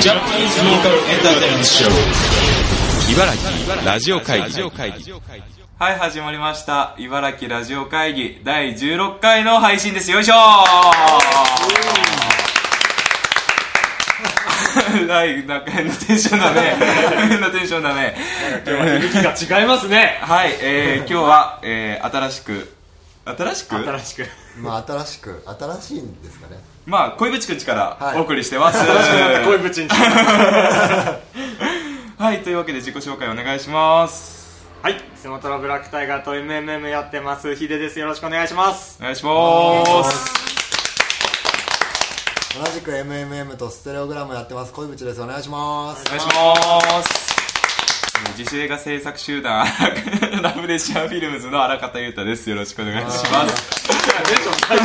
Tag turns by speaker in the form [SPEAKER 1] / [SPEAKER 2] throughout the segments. [SPEAKER 1] Japanese local entertainment show.
[SPEAKER 2] 茨城ラジオ会議
[SPEAKER 3] はい、始まりました。茨城ラジオ会議第16回の配信です。よいしょ ーはい、なんか変なテンションだ ね。変なテンションだね。
[SPEAKER 4] 響きが違いますね
[SPEAKER 3] はい、えー、今日は、えー、新しく、新しく
[SPEAKER 4] 新しく
[SPEAKER 5] まあ新しく新しいんですかね
[SPEAKER 3] まあ、恋淵くんちから
[SPEAKER 5] はい
[SPEAKER 3] お送りしてます。
[SPEAKER 4] 恋ぶちに
[SPEAKER 3] はい、というわけで自己紹介お願いします。
[SPEAKER 4] はいスモトロブラックタイガーと MMM やってますヒデですよろしくお願いします
[SPEAKER 3] お願いします。
[SPEAKER 5] 同じく MMM とステレオグラムやってます恋淵ですお願いします
[SPEAKER 3] お願いします自主映画制作集団 ラブレシアフィルムズの荒方裕太ですよろしくお願いします
[SPEAKER 5] 今日は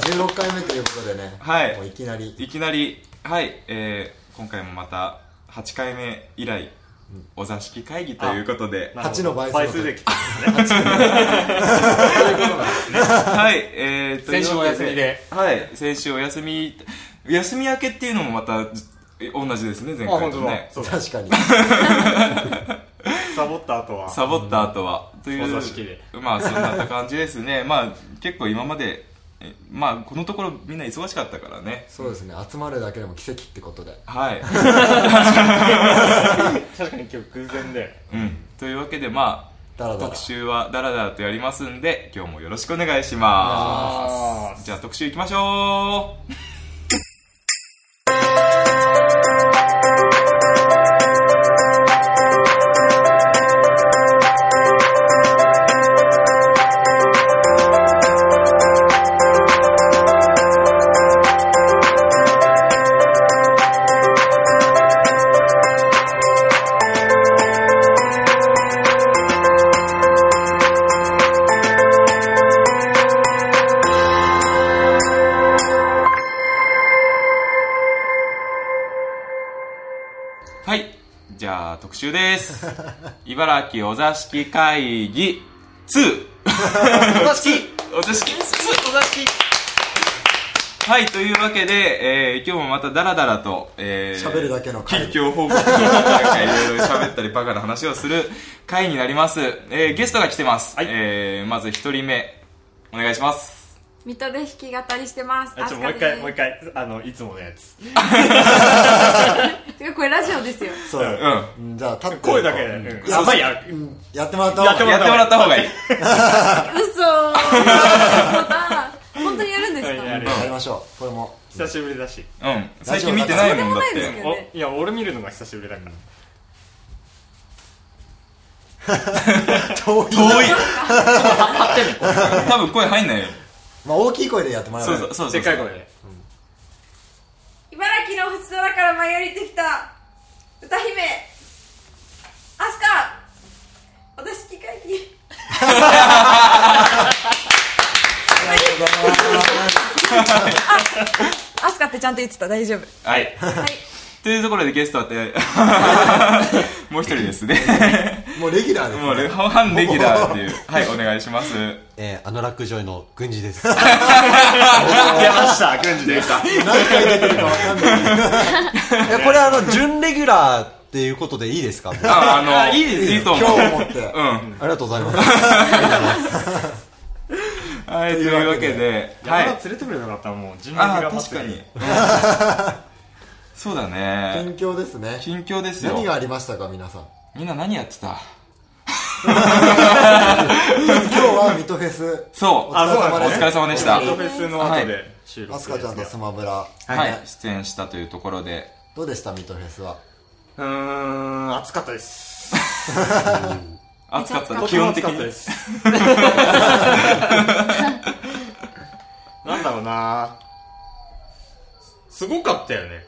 [SPEAKER 5] 16回目ということでね
[SPEAKER 3] はい
[SPEAKER 5] もういきなり
[SPEAKER 3] いきなりはい、えー、今回もまた8回目以来お座敷会議ということで
[SPEAKER 5] 八の倍数
[SPEAKER 4] 倍数で来た
[SPEAKER 3] はいえー、という
[SPEAKER 4] 先週
[SPEAKER 3] わけ
[SPEAKER 4] お休みで
[SPEAKER 3] はい先週お休み休み明けっていうのもまたえ同じですね前回とね
[SPEAKER 4] そうだ
[SPEAKER 5] 確かに
[SPEAKER 4] サボった後は
[SPEAKER 3] サボった後は、という
[SPEAKER 4] お座敷で
[SPEAKER 3] まあそんな感じですね まあ結構今までえまあこのところみんな忙しかったからね
[SPEAKER 5] そうですね集まるだけでも奇跡ってことで
[SPEAKER 3] はい、
[SPEAKER 4] 確かに今日偶然で
[SPEAKER 3] うん、というわけでま
[SPEAKER 5] だら
[SPEAKER 3] あ
[SPEAKER 5] だら
[SPEAKER 3] 特集はダラダラとやりますんで今日もよろしくお願いしま
[SPEAKER 4] あ
[SPEAKER 3] すじゃあ特集いきましょうはいじゃあ特集です茨城お座敷会議2
[SPEAKER 4] お座敷
[SPEAKER 3] お座敷
[SPEAKER 4] お座敷
[SPEAKER 3] はいというわけで、えー今日もまたダラダラと喋、えー
[SPEAKER 5] 喋るだけの回
[SPEAKER 3] 近況報告とかなんかいろいろ喋ったりバカな話をする回になります、えーゲストが来てます、
[SPEAKER 4] はい
[SPEAKER 3] えーまず一人目お願いします
[SPEAKER 6] 水戸で弾き語りしてます。
[SPEAKER 4] あちょっともう一回もう一回あのいつものやつ
[SPEAKER 6] 回。てかこれラジオですよ。
[SPEAKER 5] そう
[SPEAKER 3] うんや
[SPEAKER 5] うんじゃあ立って
[SPEAKER 4] 声だけでうんやばいや
[SPEAKER 5] うんやってもらった方が
[SPEAKER 4] やっても
[SPEAKER 3] ってもらった方がいい
[SPEAKER 6] 嘘。そうだ。本当にやるんですか。
[SPEAKER 4] やる
[SPEAKER 5] やりましょうこれも
[SPEAKER 4] 久しぶりだし
[SPEAKER 3] うん最近見てないもんだっ
[SPEAKER 6] ラジオだって
[SPEAKER 3] て
[SPEAKER 6] そうね
[SPEAKER 4] おいや俺見るのが久しぶりだから
[SPEAKER 5] 遠い
[SPEAKER 3] 遠い多分声入んないよ
[SPEAKER 5] まあ大きい声でやってもらえ
[SPEAKER 3] そう
[SPEAKER 5] ば
[SPEAKER 3] そうそうそ
[SPEAKER 4] で
[SPEAKER 3] う
[SPEAKER 4] っかい声で
[SPEAKER 6] 茨城の星空から舞い降りてきた歌姫アスカ。私機械に。
[SPEAKER 5] ありがとうございます
[SPEAKER 6] アスカってちゃんと言ってた大丈夫。
[SPEAKER 3] はい
[SPEAKER 6] はい。
[SPEAKER 3] というところでゲストはって もう一人ですね
[SPEAKER 5] もうレギュラーですね
[SPEAKER 3] もう半レギュラーっていうはいお願いし ます
[SPEAKER 7] えー、あの落上位の軍事です。
[SPEAKER 4] 出ました軍事でした
[SPEAKER 5] 何回出てるかわかんない
[SPEAKER 7] いや、これあの、準レギュラーっていうことでいいです かあ
[SPEAKER 3] ああの
[SPEAKER 4] あいいです
[SPEAKER 3] いいと
[SPEAKER 5] 今
[SPEAKER 3] 思
[SPEAKER 5] 日
[SPEAKER 3] う
[SPEAKER 5] をもって
[SPEAKER 3] うん
[SPEAKER 7] りがとうございます。
[SPEAKER 3] はいというわけではい
[SPEAKER 4] 山田連れてくれなかったらもう人力
[SPEAKER 3] あ
[SPEAKER 4] が
[SPEAKER 3] あ確かに、 そうだね
[SPEAKER 5] 近況ですね
[SPEAKER 3] 近況ですよ
[SPEAKER 5] 何がありましたか皆さん
[SPEAKER 3] みんな何やってた
[SPEAKER 5] 今日はミトフェス
[SPEAKER 3] そう
[SPEAKER 5] お疲れ様
[SPEAKER 3] お
[SPEAKER 5] です
[SPEAKER 3] 疲れ様でした
[SPEAKER 4] オートフェスの後で収録
[SPEAKER 5] アスカちゃんとスマブラ、
[SPEAKER 3] はい
[SPEAKER 5] ね
[SPEAKER 3] 出演したというところで
[SPEAKER 5] どうでしたミトフェスは
[SPEAKER 4] うーん暑かったです
[SPEAKER 3] 暑かった
[SPEAKER 4] と
[SPEAKER 3] 基
[SPEAKER 4] ても
[SPEAKER 3] 本
[SPEAKER 4] 暑
[SPEAKER 3] 的
[SPEAKER 4] かったで
[SPEAKER 3] に
[SPEAKER 4] すなんだろうなすごかったよね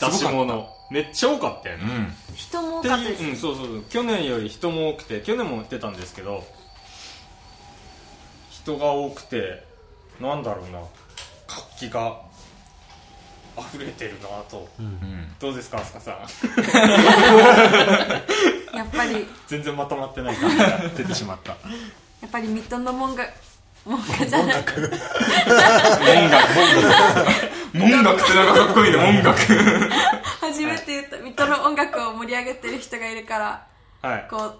[SPEAKER 4] 出し物めっちゃ多かったよ
[SPEAKER 3] う
[SPEAKER 4] ね、
[SPEAKER 3] ん
[SPEAKER 6] 人も多
[SPEAKER 4] って
[SPEAKER 6] かったです。
[SPEAKER 4] いう、うん、そうそうそう去年より人も多くて去年も来てたんですけど人が多くてなんだろうな活気が溢れてるなと、
[SPEAKER 3] うん
[SPEAKER 4] どうですか飛鳥さん
[SPEAKER 6] やっぱりや
[SPEAKER 4] 全然まとまってない感じが出てしまった
[SPEAKER 6] っぱり水戸の門が門がじゃない。
[SPEAKER 3] 音楽音楽ってなんかかっこ いいね、音楽。
[SPEAKER 6] 初めて言った水戸の音楽を盛り上げてる人がいるから
[SPEAKER 4] はい。
[SPEAKER 6] こう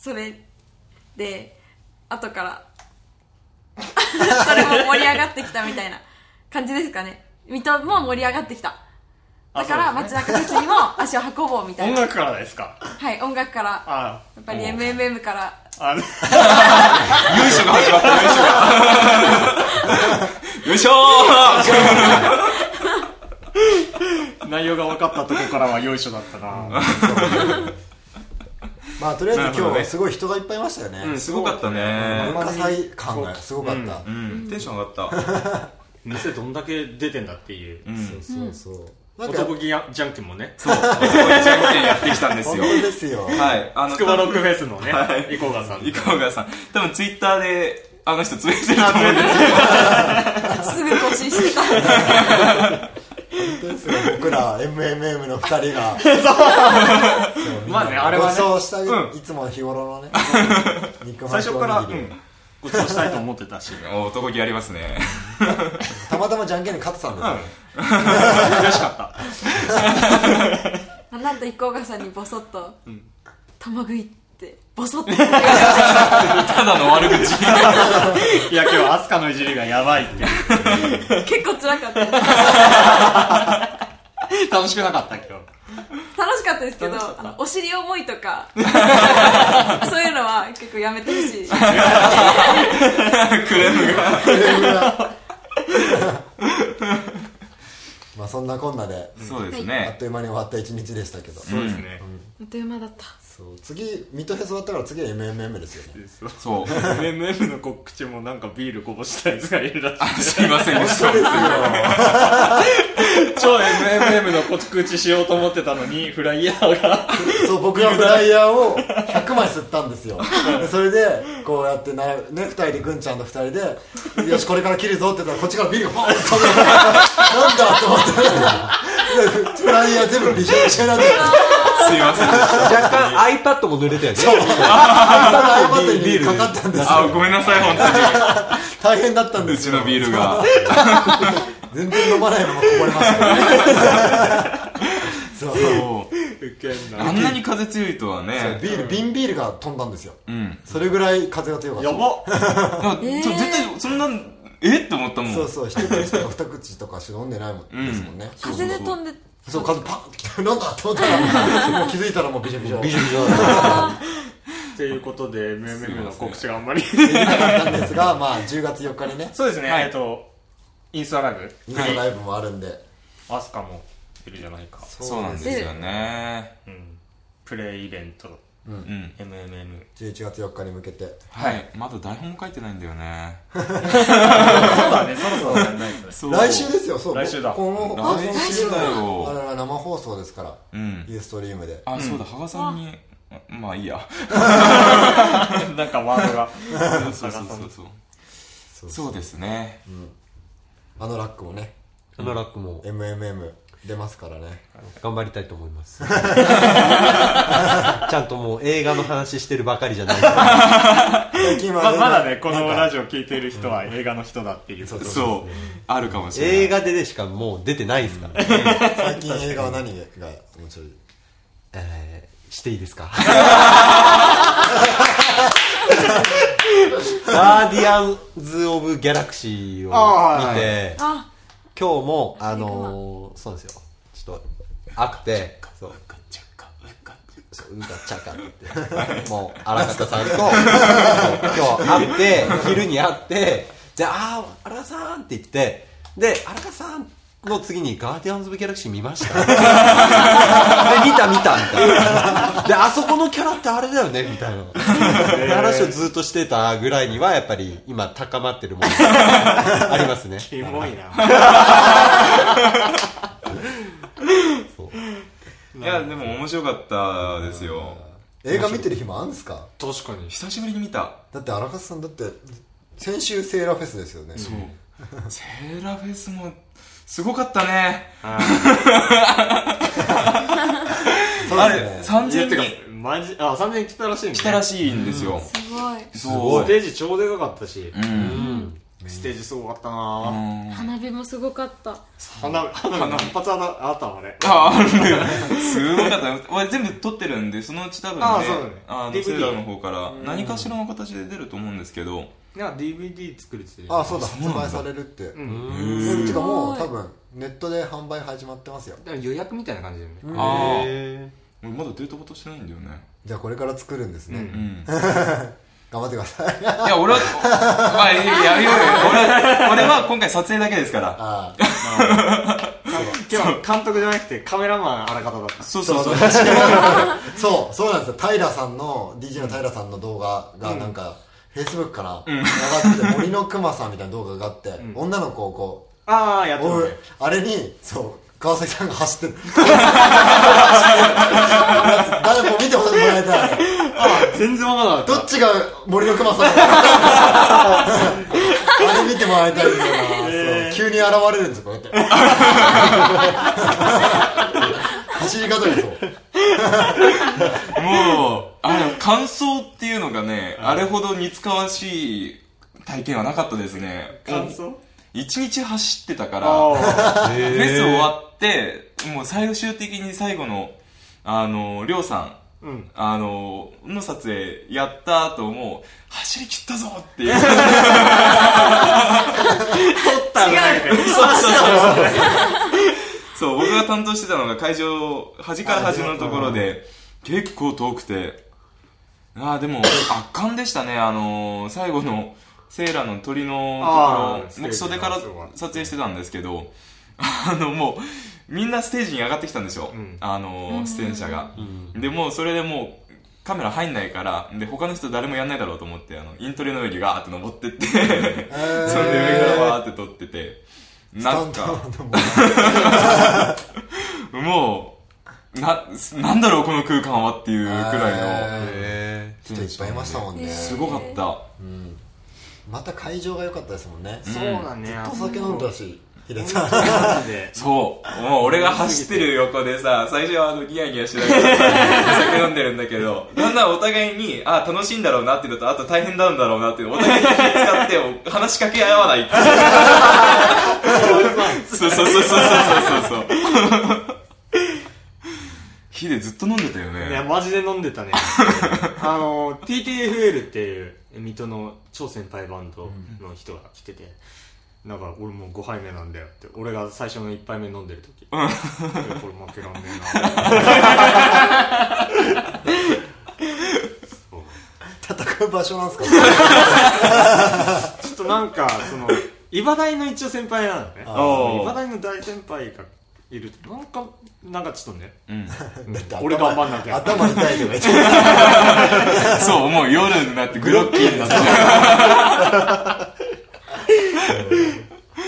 [SPEAKER 6] それで後から それも盛り上がってきたみたいな感じですかね水戸も盛り上がってきただから
[SPEAKER 4] あそうで
[SPEAKER 6] 街
[SPEAKER 4] す
[SPEAKER 6] 中フェスにも足を運ぼうみたい
[SPEAKER 4] 音
[SPEAKER 6] な
[SPEAKER 4] 楽からですか。
[SPEAKER 6] はい音楽からや
[SPEAKER 4] あ
[SPEAKER 6] っぱり MMM から
[SPEAKER 4] あ、あの、
[SPEAKER 3] 由緒が始ま った、 由緒が。由緒
[SPEAKER 4] 内容が分かったとこからはよいしょだったな。
[SPEAKER 5] まあとりあえず
[SPEAKER 3] なるほ
[SPEAKER 5] 今
[SPEAKER 3] どね
[SPEAKER 5] 日すごい人がいっぱいいましたよね、
[SPEAKER 3] うん、すごかったね。
[SPEAKER 5] 文化祭感がすごかった、
[SPEAKER 3] うん、テンション上がった。
[SPEAKER 4] 店どんだけ出てんだっていう。
[SPEAKER 3] うん。
[SPEAKER 5] そうそうなんか
[SPEAKER 4] 男気やジャンクもね。
[SPEAKER 3] そう、そう一応ねやってきたんです
[SPEAKER 5] 本
[SPEAKER 3] よ。
[SPEAKER 5] 当ですよ
[SPEAKER 3] はい、あの、
[SPEAKER 4] 筑波ロックフェスのね
[SPEAKER 3] は、い
[SPEAKER 4] イコガさん。
[SPEAKER 3] 井川さん、多分ツイッターで、あの人つぶやいてると思うんです
[SPEAKER 6] すぐ更新して た
[SPEAKER 5] 本当ですよ僕ら MMM の2人が
[SPEAKER 4] まあね、あれは
[SPEAKER 5] ご
[SPEAKER 4] ね
[SPEAKER 5] ち、そうした
[SPEAKER 3] う
[SPEAKER 5] いつも日頃 のね肉
[SPEAKER 4] 最
[SPEAKER 5] 巻き
[SPEAKER 4] 初
[SPEAKER 5] お
[SPEAKER 4] から、う
[SPEAKER 5] にぎり
[SPEAKER 4] んごちそうしたいと思ってたし。
[SPEAKER 3] け ど。お男気ありますね。
[SPEAKER 5] たまたまじゃんけんで勝ってたんですよ、
[SPEAKER 4] 嬉しかった。
[SPEAKER 6] なんと一行がさんにボソッと「玉食い」ってボソッと
[SPEAKER 3] ただの悪口。
[SPEAKER 4] いや、今日はアスカのいじりがやばいって。
[SPEAKER 6] 結構辛かっ た
[SPEAKER 4] 楽しくなかった、今
[SPEAKER 6] 楽しかったですけどあのお尻重いと かそういうのは結構やめてほしい
[SPEAKER 3] クレームが。
[SPEAKER 5] まあそんなこんなで
[SPEAKER 3] そうです
[SPEAKER 5] あっ
[SPEAKER 3] ね。
[SPEAKER 5] という間に終わった一日でしたけど
[SPEAKER 4] 日。そうですね。
[SPEAKER 6] あっという間だった
[SPEAKER 5] そう次ミッドフェス終わったから次は MMM ですよね
[SPEAKER 4] そう
[SPEAKER 3] そう。
[SPEAKER 4] MM の告知もなんかビールこぼしたやつがいるらし
[SPEAKER 3] すいませんでした。
[SPEAKER 4] い。 超 MM の告知しようと思ってたのに、フライヤーが。
[SPEAKER 5] そう僕がフライヤーを100枚吸ったんですよでそれでこうやってな、ね、2人でぐんちゃんと2人で「よしこれから切るぞ」って言ったらこっちからビールがポンって飛んできてなんだと思 ってフライヤー全部びしょびしょになって
[SPEAKER 3] すいませんでした。
[SPEAKER 7] 若干 iPad も濡れたよね。
[SPEAKER 5] ただ iPad にかかったんです
[SPEAKER 3] あ、ごめんなさい、本
[SPEAKER 5] 大変だっ
[SPEAKER 3] 当
[SPEAKER 5] たん
[SPEAKER 3] に。
[SPEAKER 5] で
[SPEAKER 3] う
[SPEAKER 5] す
[SPEAKER 3] ち
[SPEAKER 5] よ
[SPEAKER 3] のビールが。
[SPEAKER 5] 全然飲まないままこぼれましたね そう
[SPEAKER 3] そう
[SPEAKER 4] ウケんな。
[SPEAKER 3] あんなに風強いとはね。
[SPEAKER 5] ビール瓶ビールが飛んだんですよ
[SPEAKER 3] うん。
[SPEAKER 5] それぐらい風が強かった
[SPEAKER 4] やばっ
[SPEAKER 3] だからちょ
[SPEAKER 6] えー
[SPEAKER 3] 絶対、そんな、えって思ったもん。
[SPEAKER 5] そうそう一口とか二口とかしか飲んでないもんですもんね、
[SPEAKER 6] 風で飛んで
[SPEAKER 5] そう風パッてきてなんだと思ったらもう気づいたらもうビショビショ
[SPEAKER 7] ビ
[SPEAKER 5] ビ
[SPEAKER 7] ジ
[SPEAKER 5] ショ
[SPEAKER 7] ョビジョ。
[SPEAKER 4] ていうことで、MM の告知があんまり。
[SPEAKER 5] なんですがまあ10月4日にね
[SPEAKER 4] そうですね、
[SPEAKER 3] はい
[SPEAKER 4] えっと、インスタライブ。
[SPEAKER 5] インスタライブもあるんで、
[SPEAKER 4] アスカもいるじゃないか。
[SPEAKER 3] そうなんですよね。
[SPEAKER 4] うん。プレイイベント、
[SPEAKER 3] うん。
[SPEAKER 4] MMM。
[SPEAKER 5] 11月4日に向けて
[SPEAKER 3] はい。まだ台本も書いてないんだよね。
[SPEAKER 4] そうだね、そろそろやんないとね。
[SPEAKER 3] そう
[SPEAKER 5] 来週ですよそう
[SPEAKER 4] 来週だ
[SPEAKER 5] この
[SPEAKER 3] 来週だよ
[SPEAKER 5] あれは生放送ですから
[SPEAKER 3] うん。
[SPEAKER 5] ユーストリームで
[SPEAKER 3] あ、そうだ、羽賀さんに、まあいい や。
[SPEAKER 4] なんかワードが。
[SPEAKER 3] そうそうそうそう。そうですね。
[SPEAKER 5] あのラックもね
[SPEAKER 7] あのラックも
[SPEAKER 5] MMM 出ますからね
[SPEAKER 7] 頑張りたいと思い ます。ちゃんともう映画の話してるばかりじゃない。
[SPEAKER 5] 最近は
[SPEAKER 4] ままだね、このラ
[SPEAKER 5] ジ
[SPEAKER 4] ジオ聞いてる人は映画の人だっていう。
[SPEAKER 5] そう
[SPEAKER 3] そう。あるかもしれない。
[SPEAKER 7] 映画ででしかもう出てないですから。
[SPEAKER 5] オ最近映画は何が面白い
[SPEAKER 7] えーしていい ですかガーディアンズ・オブ・ギャラクシーを見て、
[SPEAKER 6] あ
[SPEAKER 7] 今日も、あのー、そうなんですよ。ちょっと、あって、そう。そううがちゃかってってもう荒方 さんとそう今日会って昼に会ってじゃああー荒方さんって言ってで荒方さんの次に「ガーディアンズ・オブ・ギャラクシー」見 ましたで見た見たみたいなであそこのキャラってあれだよねみたいな話をずっとしてたぐらいにはやっぱり今高まってるものがあります ね
[SPEAKER 4] キモいな。
[SPEAKER 7] そう
[SPEAKER 3] いや、でも面白かったですよ。
[SPEAKER 5] 映画見てる日もあるんですか
[SPEAKER 4] 確かに。
[SPEAKER 3] 久しぶりに見た。
[SPEAKER 5] だって荒勝さんだって先週セーラーフェスですよね
[SPEAKER 3] そう。セーラフェスも、すごかったね。
[SPEAKER 5] そう
[SPEAKER 3] あ
[SPEAKER 5] で
[SPEAKER 3] れ
[SPEAKER 5] すね、
[SPEAKER 4] いや、
[SPEAKER 3] 3000
[SPEAKER 4] てか
[SPEAKER 3] 人、
[SPEAKER 4] マジ、あ、3000人来たらしいね。
[SPEAKER 3] 来たらしいんですよ。
[SPEAKER 6] すごい
[SPEAKER 3] す
[SPEAKER 4] ステージ超でかかったし。
[SPEAKER 3] うん。
[SPEAKER 7] うん
[SPEAKER 4] ステージすごかったなぁ
[SPEAKER 6] 花火もすごかった
[SPEAKER 4] 花火花火一発あたあったわね
[SPEAKER 3] ああるねすごかった俺全部撮ってるんでそのうち多分ね
[SPEAKER 4] あそうだね
[SPEAKER 3] あの
[SPEAKER 4] DVD
[SPEAKER 3] セーラーの方から何かしらの形で出ると思うんですけど
[SPEAKER 4] なんか DVD 作れてて
[SPEAKER 5] あそうだ発
[SPEAKER 3] なんだ
[SPEAKER 5] 売されるってうんんてかもう多分ネットで販売始まってますよ
[SPEAKER 8] 予約みたいな感じだよね
[SPEAKER 3] ああ
[SPEAKER 4] へ
[SPEAKER 3] 俺まだデートことしてないんだよね
[SPEAKER 5] じゃあこれから作るんですね、
[SPEAKER 3] うん
[SPEAKER 5] 頑張ってください
[SPEAKER 3] いや、俺は、まあ、いいやめようよ。俺は、俺は今回撮影だけですから。
[SPEAKER 5] あ
[SPEAKER 4] え今日監督じゃなくてカメラマンあらかただった
[SPEAKER 3] そうそうそう。
[SPEAKER 5] あ そうそうなんですよ平さんの DJ の平さんの動画がなんか、Facebook から上がって森のくまさんみたいな動画があって、女の子をこう
[SPEAKER 4] ああやって
[SPEAKER 5] お
[SPEAKER 4] る
[SPEAKER 5] う
[SPEAKER 4] ね
[SPEAKER 5] あれにそう川崎さんが走ってる 誰も見てもらいたい
[SPEAKER 4] あー全然わからな
[SPEAKER 5] ど
[SPEAKER 4] かっ
[SPEAKER 5] っちが森の熊さんあれ見てもらいたいんだよな、そう急に現れるんですよこうやって走り方がそう
[SPEAKER 3] もう、あの、感想っていうのがね、あれほど似つかわしい体験はなかったですね。
[SPEAKER 4] た感想
[SPEAKER 3] 一日走ってたから、
[SPEAKER 4] あ
[SPEAKER 3] フェス終わって、もう最終的に最後の、あの、りょうさん。
[SPEAKER 4] ーうん
[SPEAKER 3] あの、の撮影やった後も、走り切ったぞっていう。そうそうそうそう。
[SPEAKER 6] 違う
[SPEAKER 3] そう、僕が担当してたのが会場、端から端のところで、結構遠くて、ああ、でも、圧巻でしたね。あのー、最後の、セーラの鳥の
[SPEAKER 4] あ
[SPEAKER 3] とこ
[SPEAKER 4] ー
[SPEAKER 3] ろ、僕袖から撮影してたんですけど、あの、もう、みんなステージに上がってきたんですよ。
[SPEAKER 4] ん
[SPEAKER 3] あのー、出演者が。で、もうそれでもう、カメラ入んないから、で、他の人誰もやんないだろうと思って、あの、イントレの上にガーって登ってって、 それで上からバーって撮ってて、なんか、もう、な、なんだろうこの空間はっていうくらいの、
[SPEAKER 5] えー人いっぱいいましたもんね、
[SPEAKER 3] すごかった。
[SPEAKER 5] また会場が良かったですもんね、ずっ
[SPEAKER 4] そうだね
[SPEAKER 5] とお酒飲んだしヒデさん
[SPEAKER 4] マジで
[SPEAKER 3] そう。もう俺が走ってる横でさ、最初はあのギヤギヤしながらさお酒飲んでるんだけど、だんだんお互いに、あ、楽しいんだろうなっていうのと、あと大変なんだろうなっていうのお互いに気使って、話しかけ合わないっていう。そうそうそうそうそうそうそう。ヒデずっと飲んでたよ
[SPEAKER 4] いや
[SPEAKER 3] ね。
[SPEAKER 4] マジで飲んで たねあの TTFL っていう水戸の超先輩バンドの人が来てて、なんか俺もう5杯目なんだよって俺が最初の1杯目飲んでる時いやこれ負けらんねえな
[SPEAKER 5] 戦う場所なんですか
[SPEAKER 4] ちょっとなんか、その、イバ大の一応先輩なのね。
[SPEAKER 5] あー
[SPEAKER 4] そのイバ大の大先輩がいると、なんか、なんかちょっとね、
[SPEAKER 3] うん。
[SPEAKER 4] 俺頑張んな きゃ。
[SPEAKER 5] 頭痛いとか言って
[SPEAKER 3] そう、もう夜になってグロッキーになって。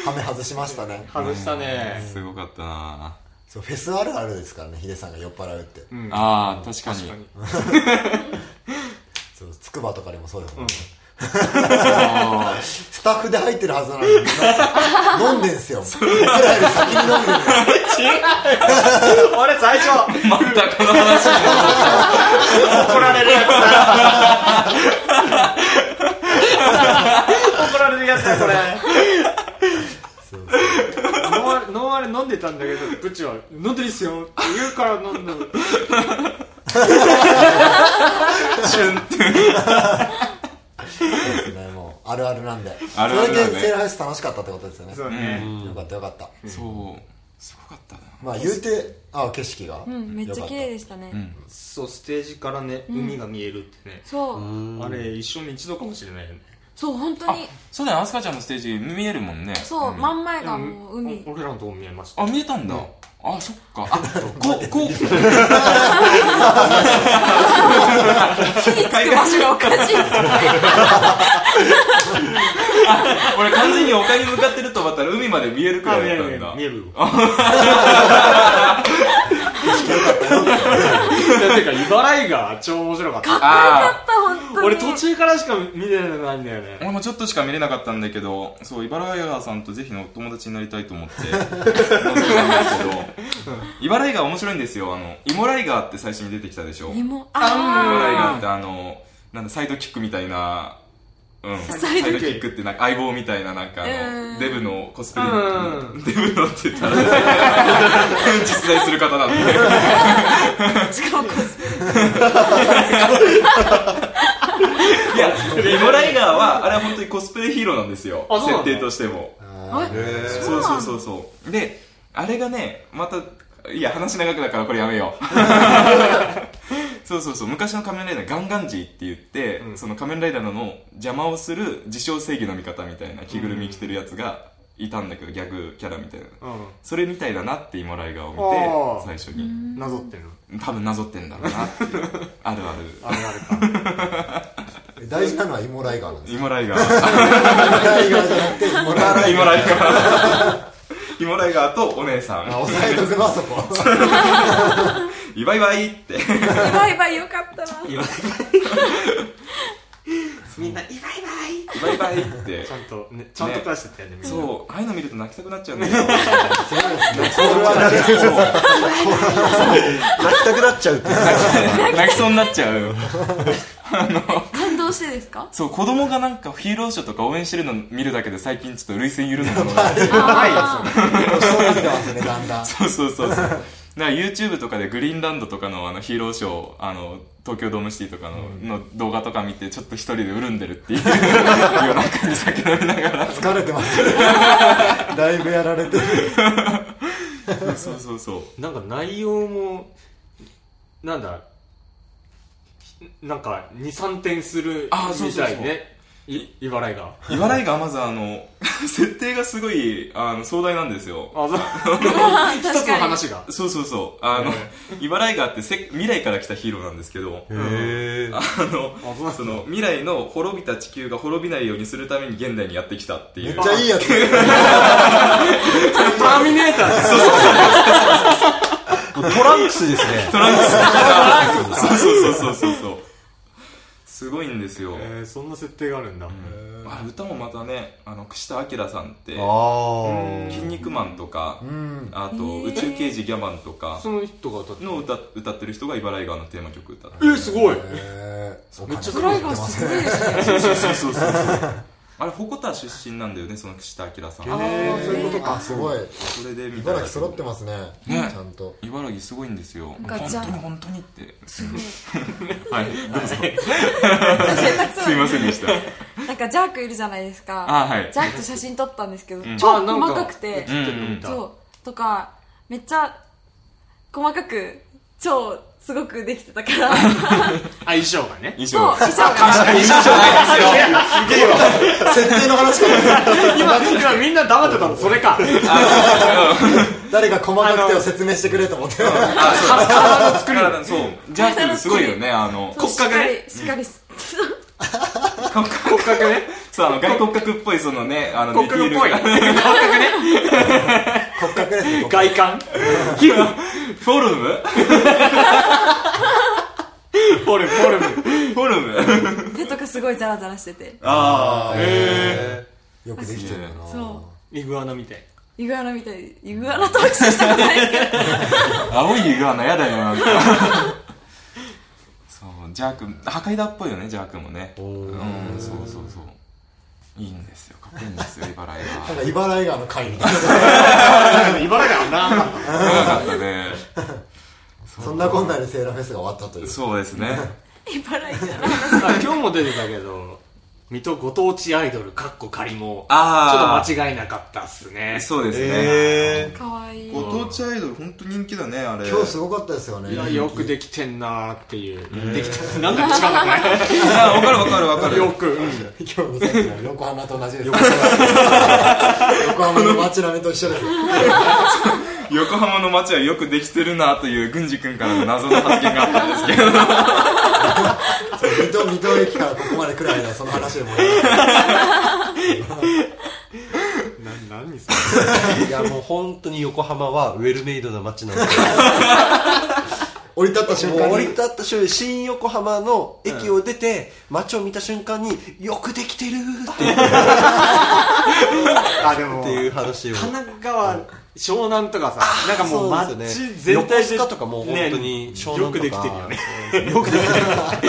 [SPEAKER 5] ハメ外しましたね
[SPEAKER 4] 外したね。
[SPEAKER 3] すごかったな
[SPEAKER 5] そうフェスあるあるですからねヒデさんが酔っ払うって、
[SPEAKER 4] うん
[SPEAKER 3] ああ、確かに。
[SPEAKER 5] そう筑波とかでもそうですもんね、
[SPEAKER 3] あー
[SPEAKER 5] スタッフで入ってるはずなのになんか飲んでんすよ僕らより先に飲んでる
[SPEAKER 4] 俺最初、
[SPEAKER 3] またこの話に戻っ
[SPEAKER 4] 怒られるやつだ。怒られるやつだ、これ。ノンアルノンアル飲んでたんだけど、ブッチは飲んでいいっすよって言うから飲んだ。
[SPEAKER 5] そうですねもうあるあるなんで
[SPEAKER 3] あるあるなんで
[SPEAKER 5] それでセーラーフェス楽しかったってことですよね
[SPEAKER 4] そうね。
[SPEAKER 5] よかったよかった
[SPEAKER 3] た。 そう、すごかったな。
[SPEAKER 5] まあ言うてあ景色が、
[SPEAKER 6] うんめっちゃ綺麗
[SPEAKER 5] よ
[SPEAKER 6] でしたね、
[SPEAKER 3] ん
[SPEAKER 4] そう、ステージからね、海が見えるってね。
[SPEAKER 6] そう、
[SPEAKER 4] あれ、一生に一度かもしれないよね。
[SPEAKER 6] そう本当
[SPEAKER 3] あ
[SPEAKER 6] に、
[SPEAKER 3] そうだよ、アスカちゃんのステージ見えるもんね。
[SPEAKER 6] そう、
[SPEAKER 3] ん
[SPEAKER 6] 真ん前がもう海
[SPEAKER 4] お俺らのとこ見えました
[SPEAKER 3] あ、見えたんだ。あ、そっか。あ、こう、こう。
[SPEAKER 6] 火につく場所がおかしい
[SPEAKER 3] 俺完全に丘に向かってると思ったら海まで見えるくらいだったんだ。
[SPEAKER 4] 見えるよいやてか茨城が超面白かった
[SPEAKER 3] あ
[SPEAKER 6] 本当に
[SPEAKER 4] 俺途中からしか見てないんだよ
[SPEAKER 3] あ。
[SPEAKER 4] ね
[SPEAKER 3] 俺もちょっとしか見れなかったんだけど、そう、茨城川さんとぜひのお友 達になりたいと思って、望んだんですけど、茨城川面白いんですよ。あの、イモライガーって最初に出てきたでしょ。
[SPEAKER 6] 芋
[SPEAKER 3] イモライガー
[SPEAKER 6] あ
[SPEAKER 3] ってあの、なんだ、サイドキックみたいな、うん。
[SPEAKER 6] サイド
[SPEAKER 3] サイ
[SPEAKER 6] キック
[SPEAKER 3] ドキックってなんか相棒みたいな、なんかあ
[SPEAKER 6] うん
[SPEAKER 3] の、デブのコスプレ、
[SPEAKER 4] う
[SPEAKER 3] デブのって言 ったら、実在する方なんで。
[SPEAKER 6] しかもコスプレ
[SPEAKER 3] いや、イモライガーは、あれは本当にコスプレヒーローなんですよ。
[SPEAKER 4] あそうなん
[SPEAKER 3] 設
[SPEAKER 4] だ
[SPEAKER 3] 定としても。
[SPEAKER 5] あー
[SPEAKER 7] えー
[SPEAKER 3] そうそうそうそう。で、あれがね、また、いや、話長くなるからこれやめよ う。そうそうそう、昔の仮面ライダー、ガンガンジーって言って、
[SPEAKER 4] うん
[SPEAKER 3] その仮面ライダーの邪魔をする自称正義の味方みたいな着ぐるみ着てるやつがいたんだけど、ギャグキャラみたいな。
[SPEAKER 4] う
[SPEAKER 3] それみたいだなってイモライガー
[SPEAKER 4] あ
[SPEAKER 3] を
[SPEAKER 4] ー
[SPEAKER 3] 見て、最初に。
[SPEAKER 4] ん。なぞってんの。
[SPEAKER 3] 多分なぞってんだろうなっていう。 あるある。
[SPEAKER 4] あれあれか。
[SPEAKER 5] 大事なのはイモライガーなんです
[SPEAKER 3] イ
[SPEAKER 5] よ
[SPEAKER 3] モライガー。
[SPEAKER 5] イモライガーじゃなくてイモライ ガー
[SPEAKER 3] イモライガ ー。イモライガーとお姉さ
[SPEAKER 5] あ押さえとくのあそこ
[SPEAKER 3] ん。イバイバイって。
[SPEAKER 6] バイバイよかったな
[SPEAKER 4] みんな、イバイバイ
[SPEAKER 3] バイバイって
[SPEAKER 4] ち。ゃんと、ね、ちゃんと返してったよね、みんな。
[SPEAKER 3] そう、ああいうの見ると泣きたくなっちゃうんだよ。
[SPEAKER 5] そうですねそれはなれそう
[SPEAKER 7] 泣きたくなっちゃうっていう
[SPEAKER 3] 泣きそうになっちゃう。
[SPEAKER 6] 感動してですか
[SPEAKER 3] そう、子供がなんかヒーローショーとか応援してるの見るだけで最近ちょっと涙腺緩むのが。
[SPEAKER 6] あ
[SPEAKER 5] そうなってますねだんだん
[SPEAKER 3] そうそうそうそう。だから YouTube とかでグリーンランドとかのあのヒーローショー、あの、東京ドームシティとかの,、の動画とか見てちょっと一人で潤んでるって いう夜中に酒飲みながら。
[SPEAKER 5] 疲れて ますねだいぶやられてる
[SPEAKER 3] そうそうそうそう。
[SPEAKER 4] なんか内容も、なんだ、なんか、2、3点する
[SPEAKER 3] あそう
[SPEAKER 4] み
[SPEAKER 3] そう
[SPEAKER 4] た
[SPEAKER 3] そう
[SPEAKER 4] いね。い、茨城が。
[SPEAKER 3] 岩ライガーまずあの、設定がすごい、あの、壮大なんですよ。
[SPEAKER 4] あ、 そう。
[SPEAKER 6] ー
[SPEAKER 4] 一
[SPEAKER 6] 確
[SPEAKER 4] つの
[SPEAKER 6] かに
[SPEAKER 4] 話が。
[SPEAKER 3] そうそうそう。あの、イバライガーってせ未来から来たヒーローなんですけど、
[SPEAKER 7] へー
[SPEAKER 3] あ
[SPEAKER 4] あそうなんだ
[SPEAKER 3] の、その、未来の滅びた地球が滅びないようにするために現代にやってきたってい
[SPEAKER 5] めっ
[SPEAKER 3] う。
[SPEAKER 5] ちゃいいやつ
[SPEAKER 4] ターミネーターです
[SPEAKER 7] トランクスですね
[SPEAKER 3] トランクスだからそうそうそうそうそうそう。すごいんですよ。
[SPEAKER 4] えー、そんな設定があるんだ。
[SPEAKER 3] あ歌もまたね、あの、串田明さんって、
[SPEAKER 7] あ
[SPEAKER 3] 筋肉マンとか、
[SPEAKER 5] うん
[SPEAKER 3] あと、
[SPEAKER 6] へー
[SPEAKER 3] 宇宙刑事ギャマンとか
[SPEAKER 4] その人が歌って
[SPEAKER 3] の歌歌ってる人がイバライガーのテーマ曲歌って
[SPEAKER 4] えー、すご い
[SPEAKER 5] えー
[SPEAKER 4] めっちゃ
[SPEAKER 6] イバイがすごいですね
[SPEAKER 3] そうそうそうそう。あれ、鉾田出身なんだよね、その串田明さん。
[SPEAKER 4] あー、そういうことか。
[SPEAKER 5] あすごい
[SPEAKER 3] それで見た
[SPEAKER 5] 茨城揃ってますね
[SPEAKER 3] ね
[SPEAKER 5] ちゃんと
[SPEAKER 3] 茨城すごいんですよ。
[SPEAKER 6] ガ
[SPEAKER 3] 本
[SPEAKER 6] チャ
[SPEAKER 3] 当に本当にって。
[SPEAKER 6] すごい
[SPEAKER 3] はい、どうぞ。
[SPEAKER 6] 下手くそ
[SPEAKER 3] すいませんでした。
[SPEAKER 6] なんかジャークいるじゃないですか
[SPEAKER 3] あ、はい
[SPEAKER 6] ジ。ャークと写真撮ったんですけど
[SPEAKER 3] ん
[SPEAKER 6] 超
[SPEAKER 4] あなん
[SPEAKER 6] 細かくて
[SPEAKER 4] 映ってるの見た。
[SPEAKER 6] そうとかめっちゃ細かく超すごくできてたか ら
[SPEAKER 4] あ、衣装がね。
[SPEAKER 3] 以
[SPEAKER 6] そう
[SPEAKER 3] 上。
[SPEAKER 6] 衣装が
[SPEAKER 5] 設定の話から
[SPEAKER 4] 今、今みんな黙ってたの、それか。
[SPEAKER 5] 誰が細かくてを説明してくれと思って
[SPEAKER 3] 体の作りだそう。ジャークすごいよね、あの、
[SPEAKER 6] そう
[SPEAKER 3] 骨格ね。
[SPEAKER 6] しっかりしっかりす
[SPEAKER 3] 骨格骨格ね。そう、あの、外骨格っぽい、そのね、あの、
[SPEAKER 4] 骨格っぽい。
[SPEAKER 3] ディティールが
[SPEAKER 5] 骨格ですね
[SPEAKER 4] 外観
[SPEAKER 3] フォルム
[SPEAKER 4] フォルム、フォルム。
[SPEAKER 3] フォルム
[SPEAKER 6] 手とかすごいザラザラしてて
[SPEAKER 3] ああ、
[SPEAKER 5] よくできてるよな
[SPEAKER 6] そ
[SPEAKER 4] イグアナみたい。
[SPEAKER 6] うイグアナみたいイグアナと握手したことないで すけど
[SPEAKER 3] 青いイグアナやだよ、なんか。 そう、ジャーク、破壊だっぽいよね、ジャークもね。うん、そうそうそう。いいんですよ、かっこいいんですよ、茨城は。
[SPEAKER 5] なんか茨城川の会みたいな
[SPEAKER 4] 茨城だな。
[SPEAKER 3] 長かったね。
[SPEAKER 5] そんなこんなでセーラーフェスが終わったという
[SPEAKER 3] そうですね。
[SPEAKER 6] 茨城じゃな
[SPEAKER 4] あ今日も出てたけど水戸ご当地アイドルかっこ仮もちょ
[SPEAKER 3] あー
[SPEAKER 4] っと間違いなかったっすね
[SPEAKER 3] そうですね。
[SPEAKER 6] いかわいい
[SPEAKER 3] ご当地アイドル、本当人気だね、あれ。
[SPEAKER 5] 今日すごかったですよね
[SPEAKER 4] いやよくできてんなーっていう、できてなんか違うのか
[SPEAKER 3] いや、わかるわかるわか
[SPEAKER 4] な
[SPEAKER 3] る。
[SPEAKER 4] よく、うん、
[SPEAKER 5] 今日のさっきの横浜と同じです横 浜の街並みと一緒です
[SPEAKER 3] 横浜の街はよくできてるなという、郡司君からの謎の発見があったんですけど。
[SPEAKER 5] 水戸水戸駅からここまで来る間その話でも
[SPEAKER 4] な何そ
[SPEAKER 7] いやもう本当に横浜はウェルメイドな街なんです
[SPEAKER 5] 降り立った
[SPEAKER 7] け
[SPEAKER 5] 瞬
[SPEAKER 7] ども
[SPEAKER 5] 間
[SPEAKER 7] う降り
[SPEAKER 5] に
[SPEAKER 7] 立った瞬間新横浜の駅を出て街を見た瞬間によくできてるーって
[SPEAKER 4] れあでも
[SPEAKER 7] っていう話を
[SPEAKER 4] 神奈川湘南とかさ、なんかもう
[SPEAKER 7] そうですよ
[SPEAKER 4] 街
[SPEAKER 7] ね
[SPEAKER 4] 全体で。
[SPEAKER 7] 横須賀とかもう本当に
[SPEAKER 4] ね
[SPEAKER 7] 湘
[SPEAKER 4] よ
[SPEAKER 7] 南と
[SPEAKER 4] くでき
[SPEAKER 7] か
[SPEAKER 4] てるよね。よくできて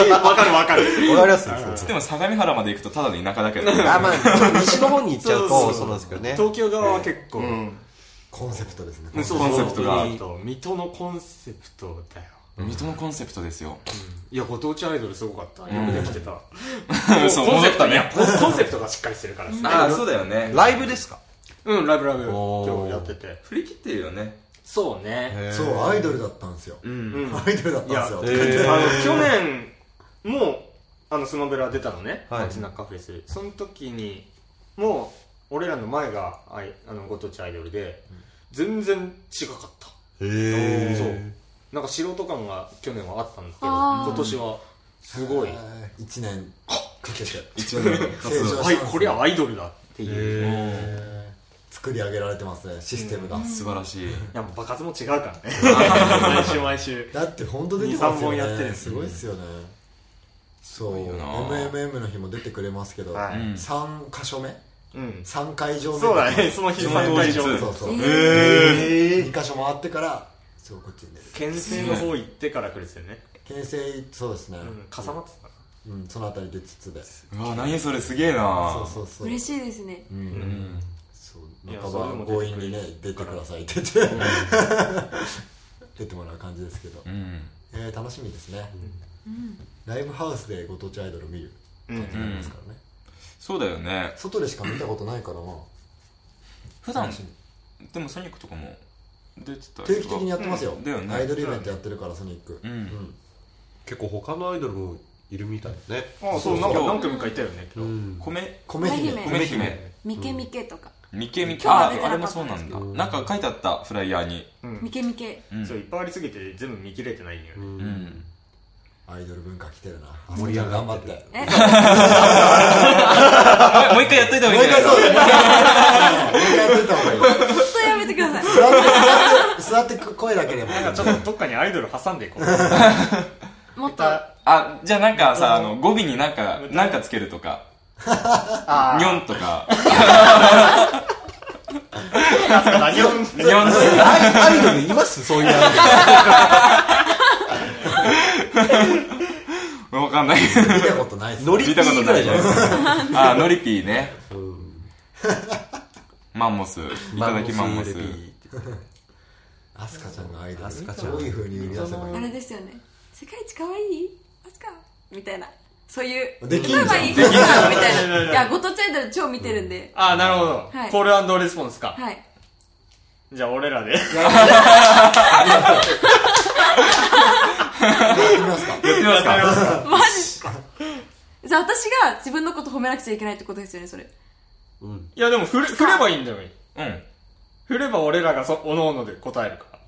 [SPEAKER 4] る。 わかるわかる。
[SPEAKER 7] わかりますそうそ う
[SPEAKER 3] でも相模原まで行くとただで田舎だけど
[SPEAKER 7] あ、まあ、ちょっと西の方に行っちゃう
[SPEAKER 4] そ
[SPEAKER 7] と、
[SPEAKER 4] うそう
[SPEAKER 7] そうなんですけどね。
[SPEAKER 4] 東京側は結構、
[SPEAKER 5] コンセプトですね
[SPEAKER 4] そうそう
[SPEAKER 3] コンセプトが
[SPEAKER 4] 本当に水戸のコンセプトだよ。
[SPEAKER 3] 水戸のコンセプトですよ
[SPEAKER 4] いや、ご当地アイドルすごかった。よくできて た。
[SPEAKER 3] そう
[SPEAKER 4] コン
[SPEAKER 3] 戻
[SPEAKER 4] セプ
[SPEAKER 3] った
[SPEAKER 4] ト
[SPEAKER 3] ね
[SPEAKER 4] いやコンコンセプトがしっかりしてるからさ。
[SPEAKER 3] ああそうだよね
[SPEAKER 7] ライブですか
[SPEAKER 4] うん、ライブライブ。
[SPEAKER 7] おー
[SPEAKER 4] 今日やってて。
[SPEAKER 3] 振り切ってるよね
[SPEAKER 4] そうね。
[SPEAKER 5] そうアイドルだったんですよ
[SPEAKER 3] うん
[SPEAKER 5] アイドルだっ
[SPEAKER 4] いや、あ
[SPEAKER 5] た
[SPEAKER 4] の
[SPEAKER 5] ん
[SPEAKER 4] 去
[SPEAKER 5] ですよ
[SPEAKER 4] 年も、あの、スマブラ出たのね。
[SPEAKER 7] はい
[SPEAKER 4] 街中フェス。その時に、もう、俺らの前が、あいあの、ご当地アイドルで、全然違かった。そ
[SPEAKER 7] へ
[SPEAKER 4] う
[SPEAKER 7] ー。
[SPEAKER 4] なんか素人感が去年はあったんだけど、
[SPEAKER 6] あー
[SPEAKER 4] 今年は、すごい。
[SPEAKER 5] 1年かけて
[SPEAKER 3] 一応ね
[SPEAKER 4] はい
[SPEAKER 5] 成長したんですね
[SPEAKER 4] これはアイドルだっていう、
[SPEAKER 5] 作り上げられてますねシステムが
[SPEAKER 3] 素晴らしい
[SPEAKER 4] いやもう場数も違うからね毎週毎週
[SPEAKER 5] だって本当出てます
[SPEAKER 4] 2-3
[SPEAKER 5] よ
[SPEAKER 4] 本やってる
[SPEAKER 5] ねすごいっすよねそう
[SPEAKER 3] いよな
[SPEAKER 5] MMM の日も出てくれますけど
[SPEAKER 4] は
[SPEAKER 3] う
[SPEAKER 4] い
[SPEAKER 3] ん
[SPEAKER 5] 3箇所目
[SPEAKER 4] うん
[SPEAKER 5] 3会場目
[SPEAKER 4] そうだねその日
[SPEAKER 5] そ
[SPEAKER 4] の
[SPEAKER 5] の
[SPEAKER 4] 3回以
[SPEAKER 5] そ
[SPEAKER 4] 上
[SPEAKER 5] うそうそう
[SPEAKER 7] え
[SPEAKER 5] 2箇所回ってからそうこっちに出る
[SPEAKER 4] 県政の方行ってから来るんですよね、
[SPEAKER 5] 牽制そうですね
[SPEAKER 4] うん、重なってたか
[SPEAKER 5] うんそのあたりでつつでそう
[SPEAKER 3] わ何それすげえな
[SPEAKER 5] そうそう
[SPEAKER 6] 嬉しいですね
[SPEAKER 5] うん
[SPEAKER 4] ら、うん
[SPEAKER 5] そう
[SPEAKER 4] いや
[SPEAKER 5] 半
[SPEAKER 4] それで
[SPEAKER 5] ば
[SPEAKER 4] も
[SPEAKER 5] 強引にね出てくださいって言って出てもらう感じですけど
[SPEAKER 3] うん
[SPEAKER 5] えー楽しみですねライブハウスでご当地アイドル見る感じになりますからね
[SPEAKER 3] そうだよね
[SPEAKER 5] 外でしか見たことないからな
[SPEAKER 3] 普段
[SPEAKER 5] 楽しみ
[SPEAKER 3] でもソニックとかも出てたりとか
[SPEAKER 5] 定期的にやってますよ
[SPEAKER 3] うんだよね
[SPEAKER 5] アイドルイベントやってるからソニック
[SPEAKER 3] うん
[SPEAKER 7] 結構他のアイドルもいるみたいだね。
[SPEAKER 4] ああそう
[SPEAKER 3] そ
[SPEAKER 4] な
[SPEAKER 3] うん
[SPEAKER 4] か何組かいたよね
[SPEAKER 7] う
[SPEAKER 4] 今日、
[SPEAKER 7] ん。
[SPEAKER 3] 米
[SPEAKER 5] 米姫
[SPEAKER 6] 米
[SPEAKER 3] 米
[SPEAKER 4] 姫
[SPEAKER 3] 姫
[SPEAKER 6] ミケミケとか
[SPEAKER 3] ミケミケ
[SPEAKER 6] 今日は
[SPEAKER 3] あ
[SPEAKER 6] 出て
[SPEAKER 3] あ
[SPEAKER 6] な
[SPEAKER 3] れ
[SPEAKER 6] かった
[SPEAKER 3] もそうなんだなんか書いてあったフライヤーに
[SPEAKER 4] うん
[SPEAKER 6] ミケミケ
[SPEAKER 3] うん
[SPEAKER 4] そういっぱいありすぎて全部見切れてないんよ
[SPEAKER 3] う
[SPEAKER 4] ね、
[SPEAKER 3] ん
[SPEAKER 5] アイドル文化来てるな盛
[SPEAKER 7] 盛り
[SPEAKER 5] り
[SPEAKER 7] 上
[SPEAKER 5] 上
[SPEAKER 7] が
[SPEAKER 5] 頑
[SPEAKER 7] っ
[SPEAKER 5] 張
[SPEAKER 7] て
[SPEAKER 5] って
[SPEAKER 7] る
[SPEAKER 5] て
[SPEAKER 6] え
[SPEAKER 3] あもう一回やっといた方
[SPEAKER 5] もう
[SPEAKER 3] がいい
[SPEAKER 5] 一
[SPEAKER 3] んじゃない
[SPEAKER 5] 回そうだよもう一回やってた方がいい
[SPEAKER 6] ちょっとやめてください
[SPEAKER 5] 座って座って声だけでも
[SPEAKER 4] なんかちょっとどっかにアイドル挟んでいこう
[SPEAKER 6] もっと
[SPEAKER 4] あ
[SPEAKER 3] あじゃあなんかさあの語尾になんかなんかつけるとか
[SPEAKER 4] あ
[SPEAKER 3] にょんとか
[SPEAKER 4] 何
[SPEAKER 3] に
[SPEAKER 4] を
[SPEAKER 3] ょんとか
[SPEAKER 7] アイドルいますそういうアイドル。
[SPEAKER 3] わかん ない
[SPEAKER 5] 見たことないっすね
[SPEAKER 7] ノリピ
[SPEAKER 3] 見たこと
[SPEAKER 7] ーぐ
[SPEAKER 3] な
[SPEAKER 7] らい
[SPEAKER 3] い
[SPEAKER 7] じ
[SPEAKER 3] じゃ
[SPEAKER 7] ゃないですか。
[SPEAKER 3] あノリピーね
[SPEAKER 7] うん
[SPEAKER 3] マンモスいただきマンモス
[SPEAKER 7] レピーって
[SPEAKER 5] アスカちゃんがアイドル
[SPEAKER 7] アスカちゃん
[SPEAKER 5] どういう風に売り出せばいい
[SPEAKER 6] あれですよね世界一可愛いアスカみたいなそういう
[SPEAKER 5] できんじゃん
[SPEAKER 6] 歌がいいかなみたい ないやご当地アイドル超見てるんで、
[SPEAKER 4] ああなるほど、
[SPEAKER 6] はい
[SPEAKER 4] コールレスポンスか、
[SPEAKER 6] はい
[SPEAKER 4] じゃあ俺らで
[SPEAKER 5] やってみますか
[SPEAKER 3] やってみますか
[SPEAKER 6] マジですかじゃあ私が自分のこと褒めなくちゃいけないってことですよねそれ
[SPEAKER 4] いやでも振れ振ればいいんだよ
[SPEAKER 3] うん
[SPEAKER 4] 振れば俺らがそおのおので答える から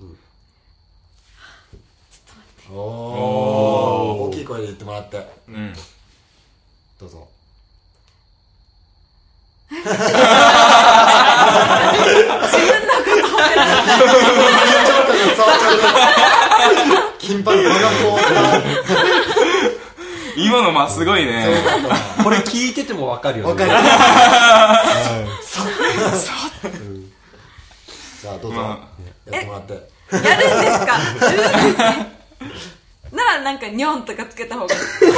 [SPEAKER 5] おお大きい声で言ってもらって
[SPEAKER 3] うん
[SPEAKER 5] どうぞ
[SPEAKER 6] 自分のこと褒めなくちゃ
[SPEAKER 5] 金髪のこう
[SPEAKER 3] 今のまあすごいね
[SPEAKER 7] これ聞いててもわかるよね。
[SPEAKER 5] わかる うんじゃあどうぞや
[SPEAKER 3] ま
[SPEAKER 5] ってもらって
[SPEAKER 6] やるんですかやるんですねならなんかニョンとかつけた方が
[SPEAKER 4] つけ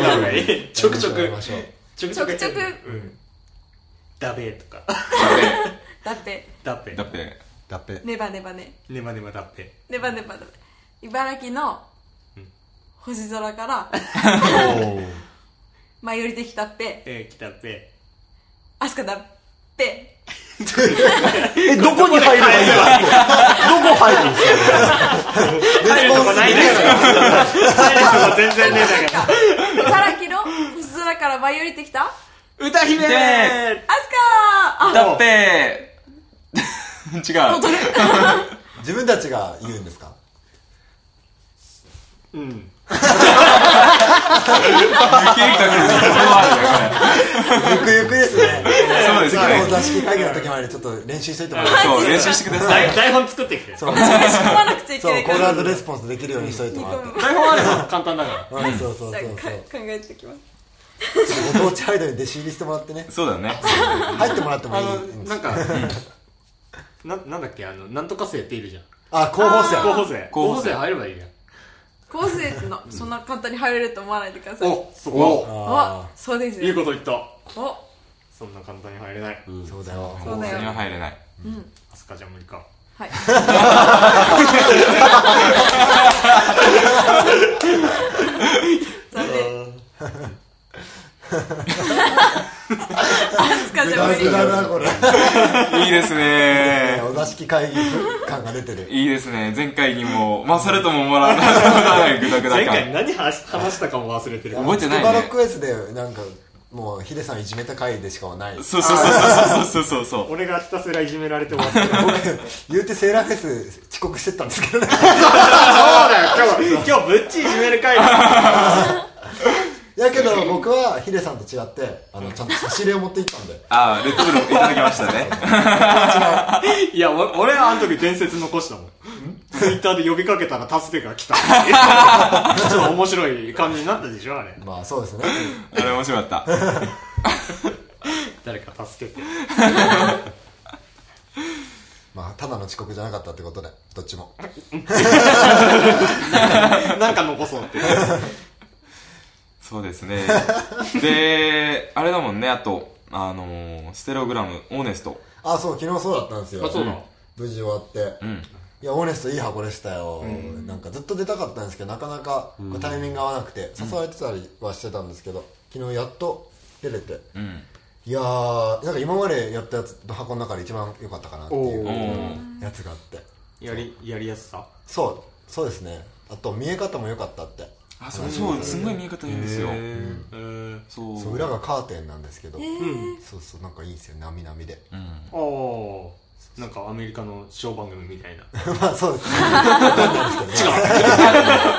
[SPEAKER 4] た方がいい。ちょくちょ
[SPEAKER 5] や
[SPEAKER 4] く
[SPEAKER 5] りま。しょう
[SPEAKER 4] ちょく
[SPEAKER 6] ちょくちょく
[SPEAKER 4] うん。だべーとか。
[SPEAKER 6] だって
[SPEAKER 4] だっぺ
[SPEAKER 3] だ。って
[SPEAKER 7] だっぺ。
[SPEAKER 6] ネバネバね
[SPEAKER 4] ねまねまだっぺ。
[SPEAKER 6] ネバネバだ茨城の星 空から舞い降りてきたっぺ
[SPEAKER 4] えー、きたっぺ。
[SPEAKER 6] アスカだっぺ
[SPEAKER 7] え、どこに入ればいいのどこ入るんですか
[SPEAKER 4] 入るとこないね。入るとこ全然ねえだか
[SPEAKER 6] 茨城の星空から舞い降りてきたア
[SPEAKER 4] ら。歌姫
[SPEAKER 3] で
[SPEAKER 6] スカー
[SPEAKER 3] だっぺー
[SPEAKER 6] あ
[SPEAKER 3] 違う
[SPEAKER 6] 踊る
[SPEAKER 5] 自分たちが言うんですか
[SPEAKER 4] うん。
[SPEAKER 3] 無計画に実はあるねこ
[SPEAKER 5] ゆくゆくですね
[SPEAKER 3] そうですね
[SPEAKER 5] 次のお座敷会議の時までちょっと練習しといてもらって
[SPEAKER 3] れそう練習してください
[SPEAKER 4] 台台本作ってきて。
[SPEAKER 5] そう
[SPEAKER 6] それ仕込まなくちゃいけ
[SPEAKER 5] そ
[SPEAKER 6] な
[SPEAKER 5] う
[SPEAKER 6] い
[SPEAKER 5] コ
[SPEAKER 6] か
[SPEAKER 5] ール
[SPEAKER 6] ら
[SPEAKER 5] アンドレスポンスできるようにしといて
[SPEAKER 6] 煮
[SPEAKER 5] もらって
[SPEAKER 6] 込む
[SPEAKER 4] 台本あれば簡単だから。
[SPEAKER 5] うんそうそうそう
[SPEAKER 6] じゃあか
[SPEAKER 5] そ
[SPEAKER 6] 考えてきます
[SPEAKER 5] うご当地アイドルに弟子入りしてもらってね
[SPEAKER 3] そうだね
[SPEAKER 5] 入ってもらっても
[SPEAKER 4] あ
[SPEAKER 5] いい
[SPEAKER 4] の
[SPEAKER 5] うん、
[SPEAKER 4] なんか、ななんだっけあのなんとか生っているじゃん
[SPEAKER 5] あ、候補生。
[SPEAKER 4] 候補生
[SPEAKER 3] 候
[SPEAKER 4] 候
[SPEAKER 3] 補
[SPEAKER 4] 補
[SPEAKER 3] 生
[SPEAKER 4] 生入ればいいやん
[SPEAKER 6] 高生ってのそんな簡単に入れると思わないでください
[SPEAKER 4] おそこ
[SPEAKER 6] お
[SPEAKER 5] あ
[SPEAKER 6] そうです
[SPEAKER 4] いい
[SPEAKER 6] よ
[SPEAKER 4] こと言った
[SPEAKER 6] お
[SPEAKER 4] そんな簡単に入れない
[SPEAKER 5] あ、そうだよ。
[SPEAKER 6] そうだ
[SPEAKER 3] には
[SPEAKER 6] よ
[SPEAKER 3] 入れない。
[SPEAKER 6] うん
[SPEAKER 4] あすかちゃん無理か
[SPEAKER 6] はい残念 アスカじゃ無
[SPEAKER 5] 大
[SPEAKER 6] 理
[SPEAKER 5] 事だな、これ。
[SPEAKER 3] いいですね
[SPEAKER 5] お座敷会議感が出てる。
[SPEAKER 3] いいですね。前回にも、勝るとももらわなないグダグダ
[SPEAKER 4] 前
[SPEAKER 3] 感
[SPEAKER 4] 回。何話話したかも忘れてる
[SPEAKER 3] 覚えてないね
[SPEAKER 5] スバロクエスで、なんか、もう、ヒデさんいじめた回でしかはない。
[SPEAKER 3] そうそうそうそうそうそうそう。
[SPEAKER 4] 俺がひたすらいじめられて終わったからそう
[SPEAKER 5] 言うてセーラーフェス遅刻してったんですけどね。
[SPEAKER 4] だよ今日今日ぶっちいじめる会だ
[SPEAKER 5] やけど、僕はヒデさんと違って、あの、ちゃんと差し入れを持って行ったんで。
[SPEAKER 3] ああ、レッドブルいただきましたね。
[SPEAKER 4] いやお俺あの時伝説残したもんツイッターで呼びかけたらタステが来 たちょっと面白い感じになったでしょあれ
[SPEAKER 5] まあ、そうですね。
[SPEAKER 3] あれ面白かった。
[SPEAKER 4] 誰か助けて
[SPEAKER 5] まあ、ただの遅刻じゃなかったってことで、どっちも。
[SPEAKER 4] なんか残そうって
[SPEAKER 3] そうですね。で、あれだもんね、あと、あのー、ステレオグラム、オーネスト。
[SPEAKER 5] あ、そう、昨日そうだったんですよ。
[SPEAKER 4] あそうなの
[SPEAKER 5] 無事終わって。
[SPEAKER 3] うん。
[SPEAKER 5] いや、オーネストいい箱でしたよ。なんかずっと出たかったんですけど、なかなかこうタイミングが合わなくて、誘われてたりはしてたんですけど、昨日やっと出れて。
[SPEAKER 3] うん。
[SPEAKER 5] いやー、なんか今までやったやつの箱の中で一番良かったかなってい
[SPEAKER 3] お
[SPEAKER 5] う
[SPEAKER 3] ー。
[SPEAKER 5] やつがあって。
[SPEAKER 4] やりやりやすさ
[SPEAKER 5] そう、そうですね。あと、見え方も良かったって。
[SPEAKER 3] あ、そうそう、すんごい見え方いいんですよ。
[SPEAKER 4] えー
[SPEAKER 3] そう。
[SPEAKER 5] そう、裏がカーテンなんですけど、
[SPEAKER 6] え
[SPEAKER 5] そうそう、なんかいいんですよ、なみなみで。
[SPEAKER 3] うん。
[SPEAKER 4] ああなんかアメリカのショー番組みたいな
[SPEAKER 5] まあ、 そうですね。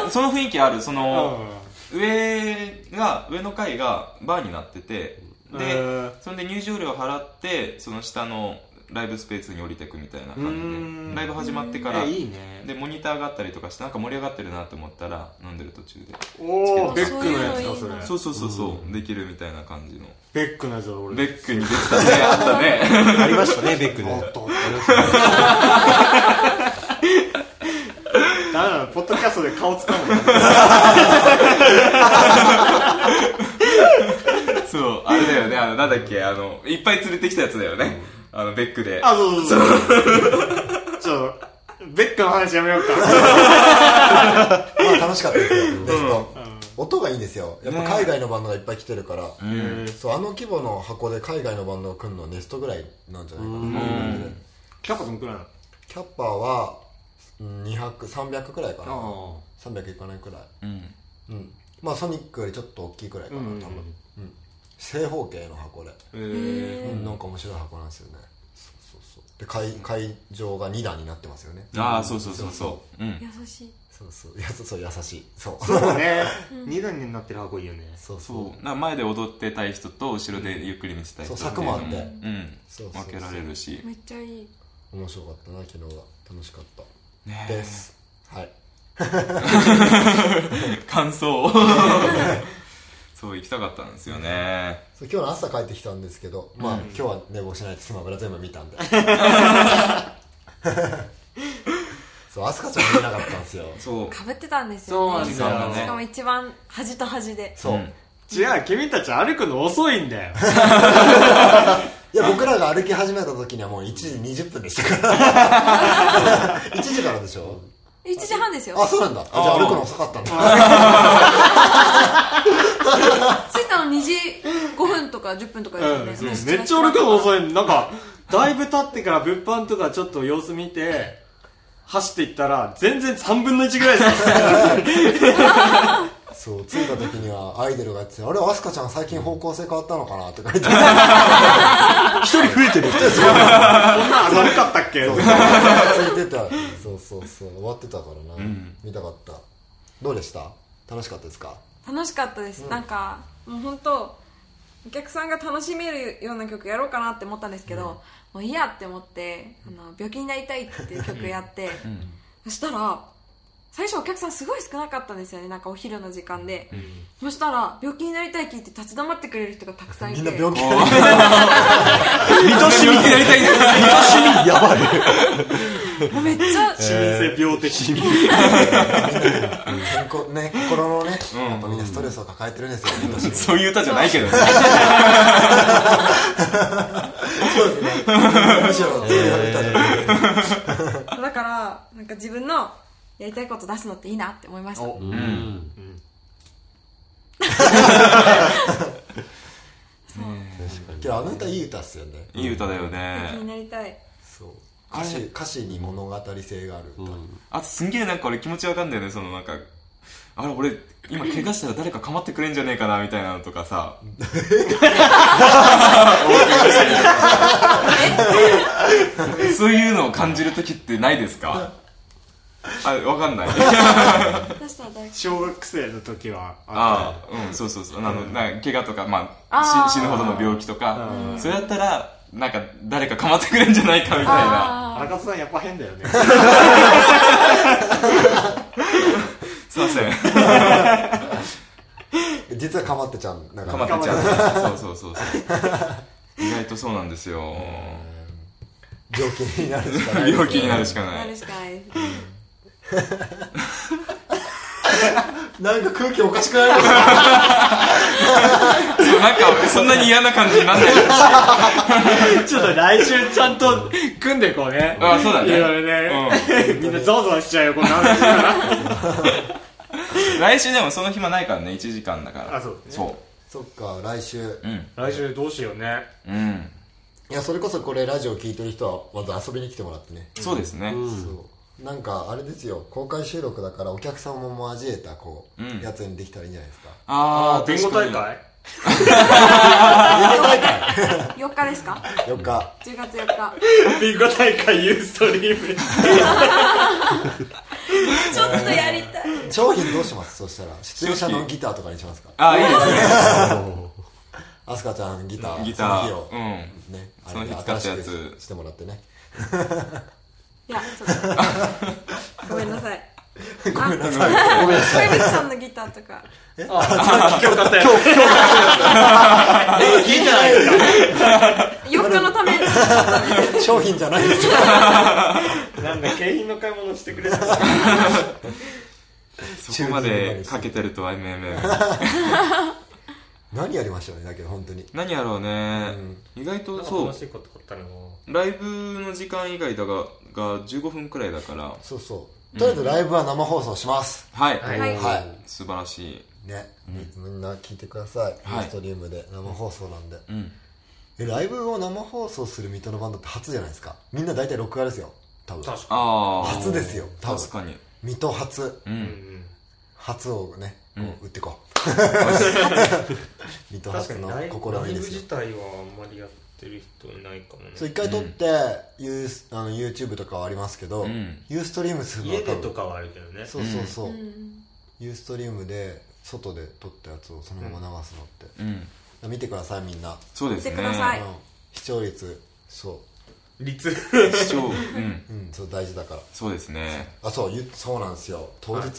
[SPEAKER 3] その雰囲気ある、その、
[SPEAKER 4] あ
[SPEAKER 3] 上が、上の階がバーになってて、
[SPEAKER 4] ー
[SPEAKER 3] で、
[SPEAKER 4] え
[SPEAKER 3] それで入場料払ってその下のライブスペースに降りてくみたいな
[SPEAKER 4] う
[SPEAKER 3] 感
[SPEAKER 4] ー
[SPEAKER 3] じで
[SPEAKER 4] ん
[SPEAKER 3] ライブ始まって
[SPEAKER 4] ー
[SPEAKER 3] から
[SPEAKER 4] えいいね
[SPEAKER 3] でモニターがあったりとかしてなんか盛り上がってるなと思ったら飲んでる途中で
[SPEAKER 4] お
[SPEAKER 3] ー
[SPEAKER 4] お
[SPEAKER 3] ベ
[SPEAKER 4] ベ
[SPEAKER 3] ッ
[SPEAKER 4] ッ
[SPEAKER 6] ク
[SPEAKER 4] ク
[SPEAKER 6] の
[SPEAKER 4] の
[SPEAKER 6] や
[SPEAKER 4] や
[SPEAKER 6] つ
[SPEAKER 4] つ
[SPEAKER 6] だ
[SPEAKER 4] だそれ
[SPEAKER 6] それ
[SPEAKER 3] そうそうそうそうできるみたいな感じの
[SPEAKER 4] ベックのやつだ俺
[SPEAKER 3] ベックに出てたねあったね
[SPEAKER 7] ありましたね、ベックで。
[SPEAKER 4] あったあったダメだポッドキャストで顔つか むの
[SPEAKER 3] そうあれだよねあのなんだっけあのいっぱい連れてきたやつだよねあのベックで
[SPEAKER 4] あそうそうそうちょっとベックの話やめようか
[SPEAKER 5] まあ楽しかったですよ、ベスト。音がいいんですよ。やっぱ海外のバンドがいっぱい来てるから、
[SPEAKER 3] うん
[SPEAKER 5] そう、あの規模の箱で海外のバンドが来るのはネストぐらいなんじゃないかな。
[SPEAKER 3] うん
[SPEAKER 4] キャパどんくらいなの
[SPEAKER 5] キャッパーは、うん200、300くらいかな。
[SPEAKER 4] あ
[SPEAKER 5] 300いかないくらい。
[SPEAKER 3] うん
[SPEAKER 5] うん。まあ、ソニックよりちょっと大きいくらいかな、多
[SPEAKER 4] うん
[SPEAKER 5] 分。うん正方形の箱で。
[SPEAKER 4] えー
[SPEAKER 5] うん、なんか面白い箱なんですよね。そうそうそう。で、会会場が2段になってますよね。
[SPEAKER 3] ああそうそうそうそううん
[SPEAKER 6] 優しい
[SPEAKER 5] そうそう。いや、そうそう、優しい。そう。
[SPEAKER 4] そうね二段になってる箱いいよね
[SPEAKER 5] そう
[SPEAKER 3] そ
[SPEAKER 5] そう
[SPEAKER 3] なんか前で踊ってたい人と後ろでゆっくり見てたい人
[SPEAKER 5] そう柵もあって
[SPEAKER 3] うん
[SPEAKER 5] そうそうそう。
[SPEAKER 3] 分けられるし
[SPEAKER 6] めっちゃいいう
[SPEAKER 5] 面白かったな、昨日は。楽しかった。
[SPEAKER 3] ねえ
[SPEAKER 5] です。はい。
[SPEAKER 3] 感想そう行きたかったんですよね
[SPEAKER 5] そう今日の朝帰ってきたんですけど、まあ今日は寝坊しないでスマブラ全部見 たんでそうアスカちゃん見れなかったんですよ
[SPEAKER 3] そう
[SPEAKER 6] かぶってたんですよね
[SPEAKER 4] そうなん
[SPEAKER 3] だよね
[SPEAKER 6] しかも一番端と端で
[SPEAKER 5] そう、
[SPEAKER 3] うん
[SPEAKER 4] 違う君たち歩くの遅いんだよ
[SPEAKER 5] いや僕らが歩き始めた時にはもう1時20分でしたから1時からで しょ
[SPEAKER 6] 1時半ですよ
[SPEAKER 5] あそうなんだあじゃあ
[SPEAKER 3] あー
[SPEAKER 5] 歩くの遅かったんだ
[SPEAKER 6] 着いたの2時5分とか10分とかですよね、
[SPEAKER 4] うんめっちゃ俺から遅いのなんかだいぶ経ってから物販とかちょっと様子見て走っていったら全然3分の1ぐらいです
[SPEAKER 5] そう着いた時にはアイドルがやっててあれアスカちゃん最近方向性変わったのかなとか言っ
[SPEAKER 4] こ
[SPEAKER 5] て
[SPEAKER 4] んなん悪かったっけ
[SPEAKER 5] そうついてたそうそうそう終わってたからな、見たかったどうでした楽しかったですか
[SPEAKER 6] 楽しかったです、なんかもう本当お客さんが楽しめるような曲やろうかなって思ったんですけど、もういいやって思って「あの病気になりたい」っていう曲やって、そしたら最初お客さんすごい少なかったんですよねなんかお昼の時間で、そしたら「病気になりたい」聞いて立ち止まってくれる人がたくさんい
[SPEAKER 5] み
[SPEAKER 6] て
[SPEAKER 5] んな病気
[SPEAKER 3] 愛しみってやりたいんだ
[SPEAKER 7] やばい。
[SPEAKER 6] もうめっちゃ、
[SPEAKER 4] 市民性病的
[SPEAKER 5] こね、心のね、やっぱみんなストレスを抱えてるんですよね、年
[SPEAKER 3] そういう歌じゃないけどね。
[SPEAKER 5] そうですね。むしろ、そういう歌じゃないですか
[SPEAKER 6] だから、なんか自分のやりたいこと出すのっていいなって思いました。
[SPEAKER 5] お
[SPEAKER 3] うん。
[SPEAKER 5] けどあの歌いい歌っすよね。
[SPEAKER 3] いい歌だよ
[SPEAKER 6] 気に
[SPEAKER 3] ね。
[SPEAKER 6] なりたい。
[SPEAKER 5] そう。歌詞、歌詞に物語性がある歌。
[SPEAKER 3] あとすんげえなんか俺気持ちわかんだよね、そのなんか。あれ俺、今怪我したら誰か構ってくれんじゃねえかな、みたいなのとか さ。そういうのを感じるときってないですかあ、わかんない。
[SPEAKER 6] 出したら大
[SPEAKER 4] 小学生の時はあ
[SPEAKER 3] ああ、うん、そうそうそう。あの、なんか怪我とか、ま
[SPEAKER 6] あ
[SPEAKER 3] あ、
[SPEAKER 6] ー
[SPEAKER 3] し死ぬほどの病気とか、それだったら、なんか誰か構ってくれんじゃないかみたいな。
[SPEAKER 4] 荒勝さんやっぱ変だよね
[SPEAKER 3] すいません。
[SPEAKER 5] 実はかまってちゃん、なん
[SPEAKER 3] かま
[SPEAKER 5] か、
[SPEAKER 3] ってちゃう。そうそうそうそう。意外とそうなんですよ。
[SPEAKER 5] 病気になるしかないですよ
[SPEAKER 3] 病気になるしかな
[SPEAKER 6] ないる。しかないです。
[SPEAKER 5] なんか空気おかしくないですか
[SPEAKER 3] そうなんか、そんなに嫌な感じになんない。
[SPEAKER 4] ちょっと来週ちゃんと組んでいこうね
[SPEAKER 3] あそうだね
[SPEAKER 4] いろいろね、みんなゾワゾワしちゃうよこんな話
[SPEAKER 3] 来週でもその暇ないからね、1時間だから。
[SPEAKER 4] あそうです
[SPEAKER 3] そ
[SPEAKER 5] そっか、来週。
[SPEAKER 3] う。うん。
[SPEAKER 4] 来週どうしようね
[SPEAKER 3] うん。
[SPEAKER 5] いや、それこそこれラジオ聞いてる人は、まず遊びに来てもらってね。
[SPEAKER 3] そうですね。
[SPEAKER 5] そう。なんか、あれですよ、公開収録だから、お客さんも交えた、こう、
[SPEAKER 3] うん
[SPEAKER 5] やつにできたらいいんじゃないですか。
[SPEAKER 3] あー、
[SPEAKER 4] 弁護大
[SPEAKER 3] 確か
[SPEAKER 4] 会
[SPEAKER 6] 4日ですか
[SPEAKER 5] 4日。
[SPEAKER 6] ?10 月4日。
[SPEAKER 4] ビンゴ大会ユーストリーム
[SPEAKER 6] ちょっとやりたい。
[SPEAKER 5] 商品どうしますそしたら出演者のギターとかにしますか
[SPEAKER 3] に。あー、いいですね。
[SPEAKER 5] あすかちゃんギター
[SPEAKER 3] ギタ
[SPEAKER 5] その日を、
[SPEAKER 3] ー。うん。
[SPEAKER 5] ねあ
[SPEAKER 3] その
[SPEAKER 5] れ
[SPEAKER 3] 日
[SPEAKER 5] で
[SPEAKER 3] 使っ
[SPEAKER 5] 新した
[SPEAKER 3] やつ
[SPEAKER 5] くしてもらってね
[SPEAKER 6] いや、ちょっと。ごめんなさい。ごめんなさい。
[SPEAKER 5] ごめんなさい
[SPEAKER 6] 小渕さんのギターとか。
[SPEAKER 4] 今日だったよ
[SPEAKER 5] いいじゃないです
[SPEAKER 6] 4日のために。
[SPEAKER 5] か商品じゃないですよ
[SPEAKER 4] なんだ景品の買い物してくれた
[SPEAKER 3] そこまでかけてるとは、めめ。
[SPEAKER 5] 何やりましたねだけど本当に
[SPEAKER 3] 何やろうね。意外と、そう
[SPEAKER 4] 楽。しいこと買ったの
[SPEAKER 3] ライブの時間以外だが、が15分くらいだから。
[SPEAKER 5] そうそうとりあえずライブは生放送します、
[SPEAKER 3] はい。
[SPEAKER 6] はい
[SPEAKER 5] はい
[SPEAKER 3] 素晴らしい。
[SPEAKER 5] ね、みんな聞いてください、
[SPEAKER 3] はい
[SPEAKER 5] ストリームで生放送なんで、
[SPEAKER 3] うん。
[SPEAKER 5] えライブを生放送する水戸のバンドって初じゃないですかみんな大体録画ですよ多分
[SPEAKER 4] 確か
[SPEAKER 3] あー。
[SPEAKER 5] 初ですよ多分
[SPEAKER 3] 確かに。
[SPEAKER 5] 水戸初
[SPEAKER 3] う。
[SPEAKER 4] に、うんん、
[SPEAKER 5] 初をね、こ
[SPEAKER 3] う
[SPEAKER 5] う
[SPEAKER 3] ん
[SPEAKER 5] 打ってこう水戸
[SPEAKER 4] 確か
[SPEAKER 5] 初
[SPEAKER 4] に
[SPEAKER 5] の
[SPEAKER 4] ライブ
[SPEAKER 5] 試みですよ
[SPEAKER 4] 自体はあんまりやってる人いないかもね
[SPEAKER 5] そう一回撮って、ユースあの YouTube とかはありますけど、
[SPEAKER 3] うん
[SPEAKER 5] ユーストリームするのは
[SPEAKER 4] 家
[SPEAKER 5] 多
[SPEAKER 4] で
[SPEAKER 5] 分
[SPEAKER 4] とかはあるけどね
[SPEAKER 5] そうそうそう、
[SPEAKER 6] うん
[SPEAKER 5] ユーストリームで外で撮ったやつをそのまま流すのって、
[SPEAKER 3] うん。
[SPEAKER 5] 見てくださいみんな、
[SPEAKER 3] そうですね。
[SPEAKER 6] 見てください
[SPEAKER 5] うん視聴率そ
[SPEAKER 4] 率
[SPEAKER 3] 視聴、うん。
[SPEAKER 5] ううんそう大事だから
[SPEAKER 3] そうですね。
[SPEAKER 5] あそうゆそうなんですよ当日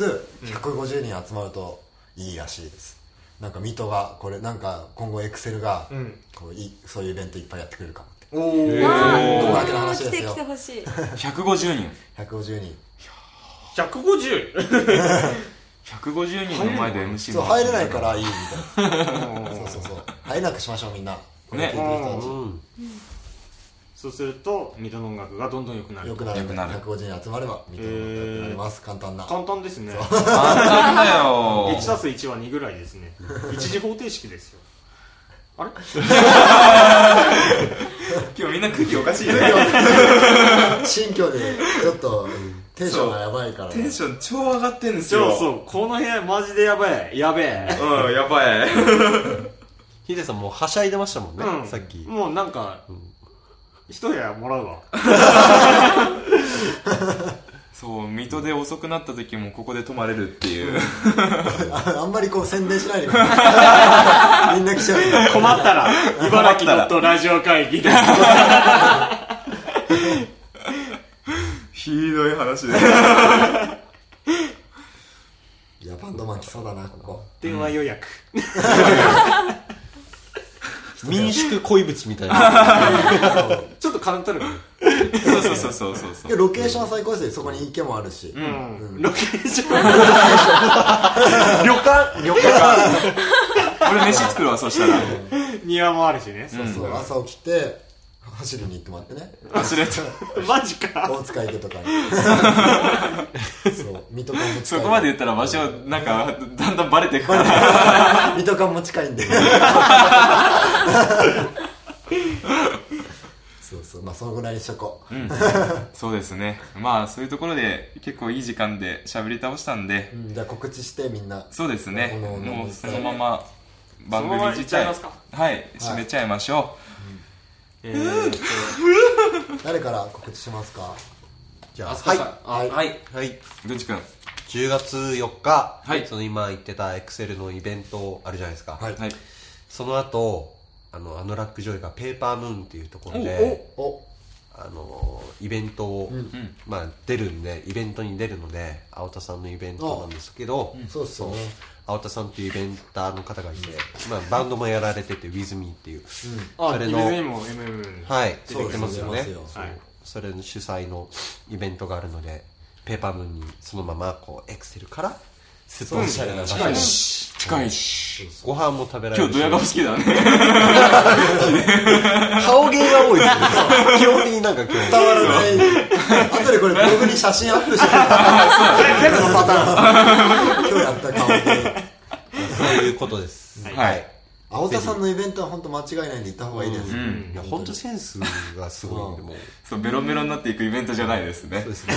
[SPEAKER 5] 150人集まるといいらしいです、なんか水戸がこれなんか今後エクセルが、
[SPEAKER 4] ん
[SPEAKER 5] こういそういうイベントいっぱいやってくれるかもって
[SPEAKER 4] おおー
[SPEAKER 6] あ
[SPEAKER 5] ここ
[SPEAKER 6] ー
[SPEAKER 5] だけの話で
[SPEAKER 6] 来て
[SPEAKER 5] す
[SPEAKER 6] 来
[SPEAKER 5] よ
[SPEAKER 6] てほしい。
[SPEAKER 3] 150人。
[SPEAKER 5] 150人
[SPEAKER 4] 150
[SPEAKER 3] 150人の前で MC
[SPEAKER 5] そう
[SPEAKER 3] も
[SPEAKER 5] 入れないからいいみたいなそうそうそう入れなくしましょうみんなこれ聞いてる人
[SPEAKER 4] そうすると水戸の音楽がどんどん良くな
[SPEAKER 5] たち
[SPEAKER 4] る
[SPEAKER 5] よくなる
[SPEAKER 3] よくなる
[SPEAKER 5] 150人集まればみたいなことになります簡単な
[SPEAKER 4] 簡単ですね
[SPEAKER 3] 簡単だ よ
[SPEAKER 4] 1たす1は2ぐらいですね一次方程式ですよあれ
[SPEAKER 3] 今日みんな空気おかしいね
[SPEAKER 5] 新居でちょっとテンションがやばいからね
[SPEAKER 3] テンション超上がってんですよ
[SPEAKER 4] そうそうこの部屋マジでやべえやべえ
[SPEAKER 3] ううんやばい
[SPEAKER 7] ヒデさんもうはしゃいでましたもんね、
[SPEAKER 4] うん
[SPEAKER 7] さっき。
[SPEAKER 4] もうなんか一部屋もらうわ
[SPEAKER 3] そう水戸で遅くなった時もここで泊まれるっていう
[SPEAKER 5] ああんまりこう宣伝しないでく ださいみんな来ちゃうから
[SPEAKER 4] 困った ら茨城のとラジオ会議で
[SPEAKER 3] ひどい話で
[SPEAKER 5] いやバンドマン来そうだなここ
[SPEAKER 4] 電話予約
[SPEAKER 7] 民宿恋淵みたいな。
[SPEAKER 4] ちょっと金取る
[SPEAKER 3] そうそうそうそうそうそう
[SPEAKER 5] でロケーションは最高ですよそこに池もあるし、
[SPEAKER 4] ロケーション
[SPEAKER 7] 旅館旅館
[SPEAKER 3] 俺飯作るわそしたら
[SPEAKER 4] 庭もあるしね
[SPEAKER 5] そうそう朝起きて走りに行ってもらってね
[SPEAKER 3] 忘れた
[SPEAKER 4] マジか
[SPEAKER 5] 大塚池とか にそう水戸間も近い
[SPEAKER 3] そこまで言ったら場所なんかだんだんバレてくから
[SPEAKER 5] 水戸間も近 いんでそうそうまあそのぐらいにしとこう、
[SPEAKER 3] そうですねまあそういうところで結構いい時間で喋り倒したんで
[SPEAKER 5] うんじゃあ告知してみんな
[SPEAKER 3] そうですね
[SPEAKER 5] おのおの
[SPEAKER 3] もうそのまま番組
[SPEAKER 4] そのまま
[SPEAKER 3] 自
[SPEAKER 4] 行っちゃい
[SPEAKER 3] 体
[SPEAKER 4] ますか
[SPEAKER 3] はい締めちゃいましょ
[SPEAKER 4] えーっと
[SPEAKER 5] 誰から告知しますか
[SPEAKER 7] じゃあ
[SPEAKER 4] あすか
[SPEAKER 7] はい
[SPEAKER 4] さん
[SPEAKER 5] はい
[SPEAKER 4] あはい
[SPEAKER 7] はい
[SPEAKER 3] うんぐんちくん
[SPEAKER 7] 10月4日、
[SPEAKER 3] はい
[SPEAKER 7] その今言ってたエクセルのイベントあるじゃないですか、
[SPEAKER 5] はい
[SPEAKER 3] はい
[SPEAKER 7] その後あのアノラック・ジョイがペーパームーンっていうところで
[SPEAKER 5] お
[SPEAKER 7] あのイベントを、まあ、出るんでイベントに出るので青田さんのイベントなんですけど、
[SPEAKER 5] そうっすよね
[SPEAKER 7] 青田さんっていうイベンターの方がいて、まあ、バンドもやられてて「WithMe」っていう、
[SPEAKER 4] あ
[SPEAKER 7] それ
[SPEAKER 4] イ
[SPEAKER 7] の
[SPEAKER 4] ベントにも MM
[SPEAKER 7] はい出
[SPEAKER 5] そう
[SPEAKER 7] て
[SPEAKER 5] で
[SPEAKER 7] きてますよね
[SPEAKER 5] 出てます
[SPEAKER 4] はい
[SPEAKER 7] それの主催のイベントがあるのでペーパームーンにそのままこうエクセルからすっとおしゃれな場所
[SPEAKER 3] 近い
[SPEAKER 7] に
[SPEAKER 3] し近いし
[SPEAKER 7] ご飯も食べられ
[SPEAKER 3] 今
[SPEAKER 7] る
[SPEAKER 3] 日
[SPEAKER 7] し
[SPEAKER 3] ドヤ顔好きだね
[SPEAKER 7] 顔芸が多いですね 基本的になんか今
[SPEAKER 5] 伝
[SPEAKER 7] 日
[SPEAKER 5] わらない後でこれブログに写真アップして全部のパターン今日やった顔で
[SPEAKER 7] そういうことです
[SPEAKER 4] は い
[SPEAKER 3] はい
[SPEAKER 5] 青田さんのイベントは本当間違いないんで行った方がいいです、
[SPEAKER 7] いや本当センスがすごいんでもう
[SPEAKER 3] そうベロンベロンになっていくイベントじゃないですね
[SPEAKER 7] そうですね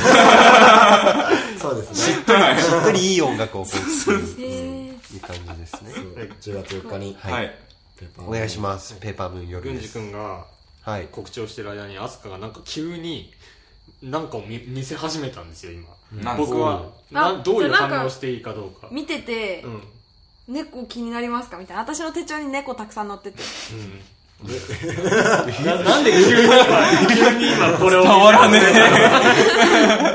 [SPEAKER 5] そうですね
[SPEAKER 3] はい
[SPEAKER 7] しっとりいい音楽をこう
[SPEAKER 6] へー
[SPEAKER 7] いい感じですね
[SPEAKER 5] 10月4日に
[SPEAKER 3] はい
[SPEAKER 5] ペーパー
[SPEAKER 7] お願いしますペーパームーン夜
[SPEAKER 4] 郡
[SPEAKER 7] で
[SPEAKER 4] 司
[SPEAKER 7] す
[SPEAKER 4] 君が
[SPEAKER 7] はい
[SPEAKER 4] 告知をしてる間に飛鳥がなんか急になんかを見見せ始めますよ見せ始めたんですよ
[SPEAKER 3] な
[SPEAKER 4] 今
[SPEAKER 3] ん
[SPEAKER 4] 僕は
[SPEAKER 6] あ
[SPEAKER 4] などういう
[SPEAKER 6] じゃあなんか
[SPEAKER 4] 反応をしていいかどうか
[SPEAKER 6] 見てて、
[SPEAKER 4] うんうん
[SPEAKER 6] 猫気になりますかみたいな私の手帳に猫たくさん載ってて
[SPEAKER 4] ななんで急に今急に今これを
[SPEAKER 3] 伝わらねえ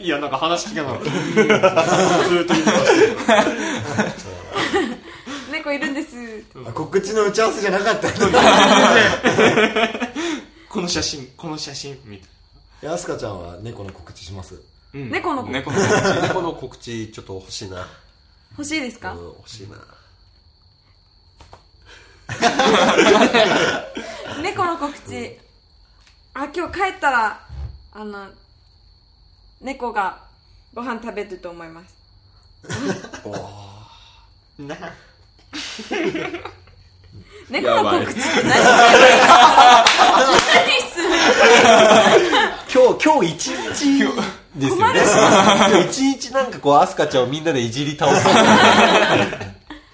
[SPEAKER 4] いやなんか話聞けなかったずーっと言ってましたよ
[SPEAKER 6] 「猫いるんです」って
[SPEAKER 5] あ告知の打ち合わせじゃなかったのに
[SPEAKER 4] この写真この写真みたい
[SPEAKER 5] えアスカちゃんは猫の告知します
[SPEAKER 4] な、うん、
[SPEAKER 6] 猫の子
[SPEAKER 3] 猫の
[SPEAKER 7] この告知ちょっと欲しいな
[SPEAKER 6] 欲しいですか
[SPEAKER 7] うん欲しいな
[SPEAKER 6] 猫の告知あ今日帰ったらあの猫がご飯食べると思います
[SPEAKER 4] な
[SPEAKER 6] 猫の告知って何何する
[SPEAKER 7] 今日今日一日です よね今日一日なんかこうアスカちゃんをみんなでいじり倒す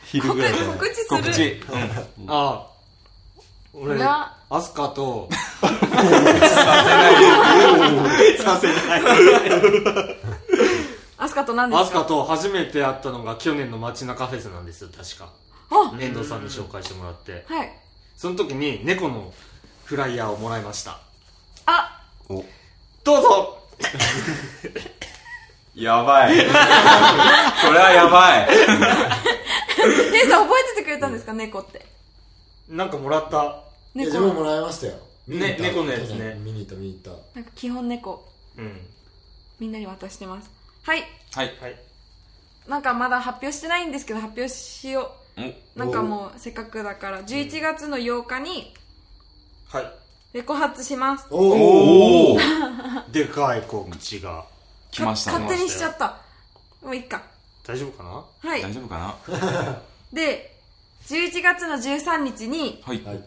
[SPEAKER 7] 昼ぐらいから
[SPEAKER 6] 告知する
[SPEAKER 3] 告知
[SPEAKER 4] あ俺
[SPEAKER 6] な
[SPEAKER 4] アスカと
[SPEAKER 6] アスカと何で
[SPEAKER 4] ア
[SPEAKER 6] す
[SPEAKER 4] ス
[SPEAKER 6] か
[SPEAKER 4] カと初めて会ったのが去年の街中フェスなんですよ確か
[SPEAKER 6] あ
[SPEAKER 4] 遠藤さんに紹介してもらって
[SPEAKER 6] はい
[SPEAKER 4] その時に猫のフライヤーをもらいました
[SPEAKER 6] あ
[SPEAKER 4] どうぞ
[SPEAKER 3] やばいそれはやばい
[SPEAKER 6] 姉さん覚えててくれたんですか猫って
[SPEAKER 4] なんかもらった
[SPEAKER 5] いや
[SPEAKER 6] 猫
[SPEAKER 5] 自分もらいましたよ見に行った
[SPEAKER 4] ね猫のやつね
[SPEAKER 5] 見に行った見に行っ
[SPEAKER 6] なんか基本猫
[SPEAKER 4] うん
[SPEAKER 6] みんなに渡してますはい
[SPEAKER 3] はい
[SPEAKER 4] はい
[SPEAKER 6] なんかまだ発表してないんですけど発表しよ
[SPEAKER 3] お
[SPEAKER 6] うなんかもうせっかくだから11月の8日に
[SPEAKER 4] はい
[SPEAKER 6] レコ発します
[SPEAKER 5] たお
[SPEAKER 3] お
[SPEAKER 5] お
[SPEAKER 3] お
[SPEAKER 4] でかい告知が
[SPEAKER 3] 来ました
[SPEAKER 6] 勝手にしちゃったもういっか
[SPEAKER 4] 大丈夫かな
[SPEAKER 6] はい
[SPEAKER 3] 大丈夫かな
[SPEAKER 6] で11月の13日に、
[SPEAKER 3] はい
[SPEAKER 5] はい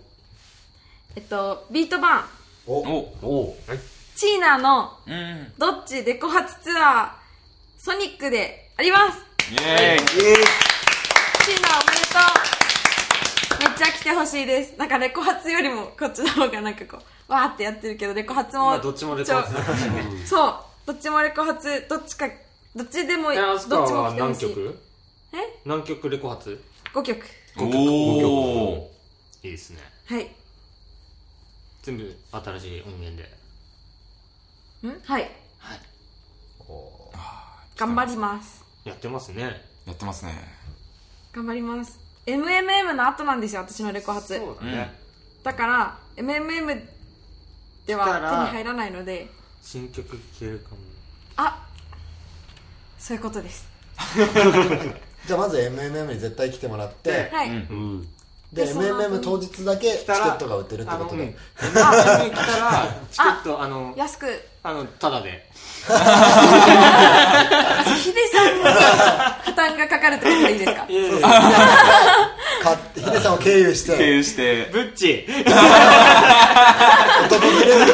[SPEAKER 6] えっと、ビートバン
[SPEAKER 5] お
[SPEAKER 3] お
[SPEAKER 7] おう
[SPEAKER 6] チーナの
[SPEAKER 3] うんイエ
[SPEAKER 6] どっちデコ発ツアーソニックであります
[SPEAKER 3] ーイ
[SPEAKER 6] シーナおめでとうめっちゃ来てほしいですなんかレコ発よりもこっちの方がなんかこうわーってやってるけどレコ発も、
[SPEAKER 4] まあどっちもレコ発 だ
[SPEAKER 6] ちょそうどっちもレコ発どっちかどっちでも
[SPEAKER 4] え
[SPEAKER 6] ど
[SPEAKER 4] ア
[SPEAKER 6] っ
[SPEAKER 4] ス
[SPEAKER 6] ち
[SPEAKER 4] カ
[SPEAKER 6] も
[SPEAKER 4] は
[SPEAKER 6] 来てほ
[SPEAKER 4] 何
[SPEAKER 6] しい
[SPEAKER 4] 曲
[SPEAKER 6] え
[SPEAKER 4] 何曲レコ発
[SPEAKER 6] 5曲
[SPEAKER 3] おお
[SPEAKER 4] いいですね
[SPEAKER 6] はい
[SPEAKER 4] 全部新しい音源で
[SPEAKER 6] んはい頑張ります
[SPEAKER 4] やってますね
[SPEAKER 3] やってますね
[SPEAKER 6] 頑張ります MMM の後なんですよ私のレコ発
[SPEAKER 4] そうだね
[SPEAKER 6] だから MMM で
[SPEAKER 4] 来
[SPEAKER 6] は
[SPEAKER 4] たら
[SPEAKER 6] 手に入らないので
[SPEAKER 4] 新曲聴けるかも
[SPEAKER 6] あそういうことです
[SPEAKER 5] じゃあまず MMM に絶対来てもらって
[SPEAKER 6] はい、
[SPEAKER 3] うん
[SPEAKER 5] で
[SPEAKER 6] でその後
[SPEAKER 5] MMM 当日だけチケットが売ってるって
[SPEAKER 4] あ
[SPEAKER 5] こ
[SPEAKER 4] の
[SPEAKER 5] と
[SPEAKER 4] うん
[SPEAKER 5] で
[SPEAKER 4] MMM 来た らチケットあの
[SPEAKER 6] 安く
[SPEAKER 4] あのただで
[SPEAKER 6] ヒデさんが負担がかかるってことでいいですか
[SPEAKER 4] いやいや
[SPEAKER 5] 買ってヒデさんを経由し
[SPEAKER 3] 経
[SPEAKER 5] て
[SPEAKER 3] 由して、
[SPEAKER 4] ブッチ
[SPEAKER 5] 男切れ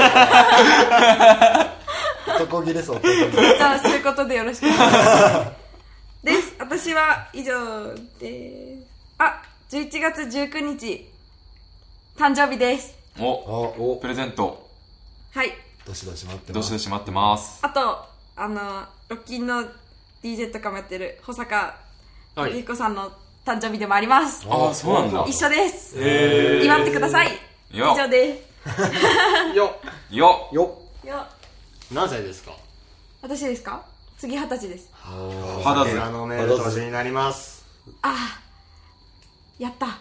[SPEAKER 5] そう男切れそう男切れ
[SPEAKER 6] じゃあそういうことでよろしくお願いしますです私は以上ですあ11月19日誕生日です
[SPEAKER 5] あ
[SPEAKER 3] お、
[SPEAKER 5] お
[SPEAKER 3] プレゼント、
[SPEAKER 6] はい
[SPEAKER 5] どしどし待って
[SPEAKER 3] ど
[SPEAKER 5] ま
[SPEAKER 3] し
[SPEAKER 5] す
[SPEAKER 3] どし待ってます。
[SPEAKER 6] あとあのロッキンの DJ とかもやってる保坂
[SPEAKER 4] は
[SPEAKER 6] ゆ
[SPEAKER 4] い
[SPEAKER 6] きこさんの誕生日でもあります
[SPEAKER 3] ああ、そうなんだ。
[SPEAKER 6] 一緒です
[SPEAKER 3] へ
[SPEAKER 6] 祝ってください以
[SPEAKER 3] よ
[SPEAKER 6] 上で
[SPEAKER 4] よ
[SPEAKER 3] よ
[SPEAKER 7] よ
[SPEAKER 6] すよ
[SPEAKER 4] 何歳ですか
[SPEAKER 6] 私ですか次二十歳です
[SPEAKER 3] 肌ず
[SPEAKER 4] あのメール年になります
[SPEAKER 6] ああやった なん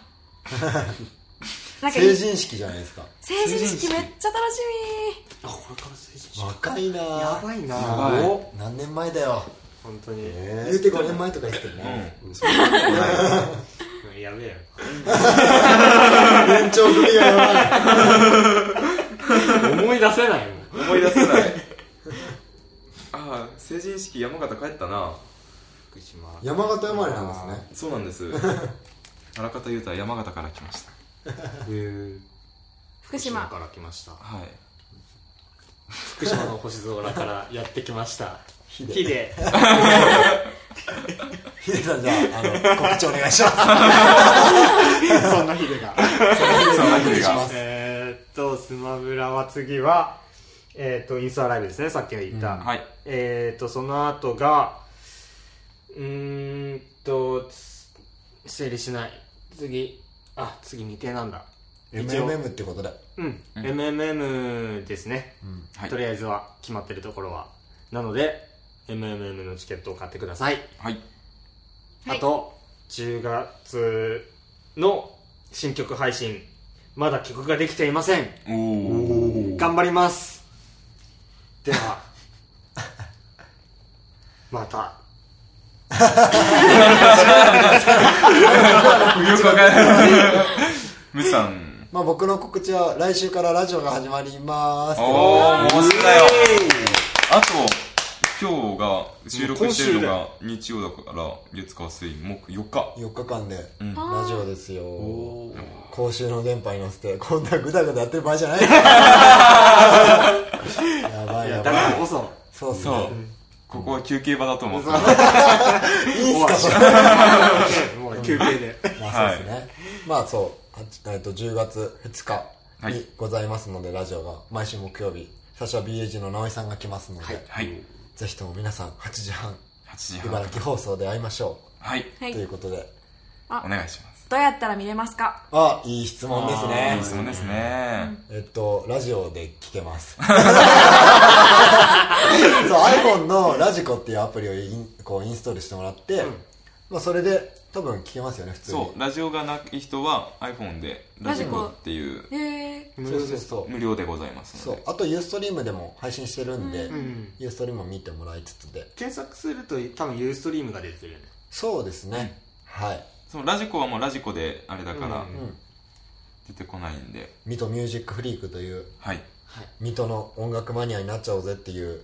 [SPEAKER 6] か
[SPEAKER 5] 成人式じゃないですか
[SPEAKER 6] 成人式めっちゃ楽しみ
[SPEAKER 4] あこれから成人
[SPEAKER 5] 若いな
[SPEAKER 4] や
[SPEAKER 5] ぁ
[SPEAKER 4] ばいな
[SPEAKER 3] ばい
[SPEAKER 4] お
[SPEAKER 5] 何年前だよ
[SPEAKER 4] 本当に、
[SPEAKER 5] 言うて5年前とか言ってるね
[SPEAKER 4] やべえよ
[SPEAKER 5] 年長組がやばい
[SPEAKER 4] 思い出せないもん
[SPEAKER 3] 思い出せない。 ああ、成人式山形帰ったな。
[SPEAKER 4] 福島
[SPEAKER 5] 山形生まれなんですね
[SPEAKER 3] そうなんです。荒方優太は山形から来ました。
[SPEAKER 6] 福島
[SPEAKER 4] から来ました
[SPEAKER 3] はい。
[SPEAKER 4] 福島の星空からやってきました
[SPEAKER 5] ヒ
[SPEAKER 4] ヒ
[SPEAKER 5] デ
[SPEAKER 4] デ
[SPEAKER 5] ヒデさんじゃああの告知お願いし ま
[SPEAKER 4] そんなヒデが
[SPEAKER 5] すお願いします
[SPEAKER 4] えーっとスマブラは次はえーっとインスタライブですねさっき言った、
[SPEAKER 3] はい。
[SPEAKER 4] えーっとその後がうーんとつ整理しない次あ次未定なんだ
[SPEAKER 5] MMM ってことで
[SPEAKER 4] うん、MMM ですね、
[SPEAKER 3] はい
[SPEAKER 4] とりあえずは決まってるところはなので MMM のチケットを買ってください、
[SPEAKER 3] はい。
[SPEAKER 6] はい
[SPEAKER 4] あと10月の新曲配信まだ曲ができていません
[SPEAKER 3] おお。
[SPEAKER 4] 頑張りますではまた
[SPEAKER 3] よくわからない。 むつさん。
[SPEAKER 5] まあ僕の告知は来週からラジオが始まります
[SPEAKER 3] おー、もうすんだよ。
[SPEAKER 4] イ
[SPEAKER 3] あと、今日が、収録してるのが日曜だから、月火水木4日。
[SPEAKER 5] 4日間で
[SPEAKER 3] ん
[SPEAKER 5] ラジオですよ公衆の電波に乗せてこんなグダグダやってる場合じゃないです やば
[SPEAKER 4] エーイ
[SPEAKER 5] い
[SPEAKER 4] いや
[SPEAKER 5] や
[SPEAKER 4] だか
[SPEAKER 5] ば
[SPEAKER 4] ら
[SPEAKER 5] い
[SPEAKER 4] こそ
[SPEAKER 5] そうっす
[SPEAKER 3] そう
[SPEAKER 5] ね。
[SPEAKER 3] ここは休憩場だと思う。
[SPEAKER 5] いいっすかそれ
[SPEAKER 4] もう休憩で
[SPEAKER 5] まあそうですね、まあそうはちえっと10月2日
[SPEAKER 3] はい
[SPEAKER 5] にございますので、ラジオが毎週木曜日最初は BAG の直井さんが来ますので、
[SPEAKER 3] はい。
[SPEAKER 5] ぜひとも皆さん8時半
[SPEAKER 3] 8時半。
[SPEAKER 5] 茨城放送で会いましょ
[SPEAKER 3] はい。
[SPEAKER 6] は
[SPEAKER 5] う、
[SPEAKER 6] い
[SPEAKER 5] ということで
[SPEAKER 3] お願いします。
[SPEAKER 6] どうやったら見れますか
[SPEAKER 5] あいい質問です
[SPEAKER 3] い
[SPEAKER 5] ね
[SPEAKER 3] い質問ですね。
[SPEAKER 5] えっとラジオで聞けま すそう iPhone のラジコっていうアプリをインこうインストールしてもらって、まあ、それで多分聞けますよね普通に
[SPEAKER 3] そう、ラジオがない人は iPhone でラジコっていう
[SPEAKER 6] へえ
[SPEAKER 5] そうそうそう
[SPEAKER 3] 無料でございます
[SPEAKER 5] そ
[SPEAKER 3] の
[SPEAKER 5] う
[SPEAKER 3] で。
[SPEAKER 5] あとユーストリームでも配信してるんで、
[SPEAKER 4] ん
[SPEAKER 5] ユーストリームも見てもらいつつで
[SPEAKER 4] 検索すると多分ユーストリームが出てるよね
[SPEAKER 5] そうですね、はい
[SPEAKER 3] そのラジコはもうラジコであれだから
[SPEAKER 4] うん
[SPEAKER 5] うん
[SPEAKER 3] 出てこないんで。
[SPEAKER 5] 水戸ミュージックフリークという
[SPEAKER 3] はい。
[SPEAKER 5] 水戸の音楽マニアになっちゃおうぜっていう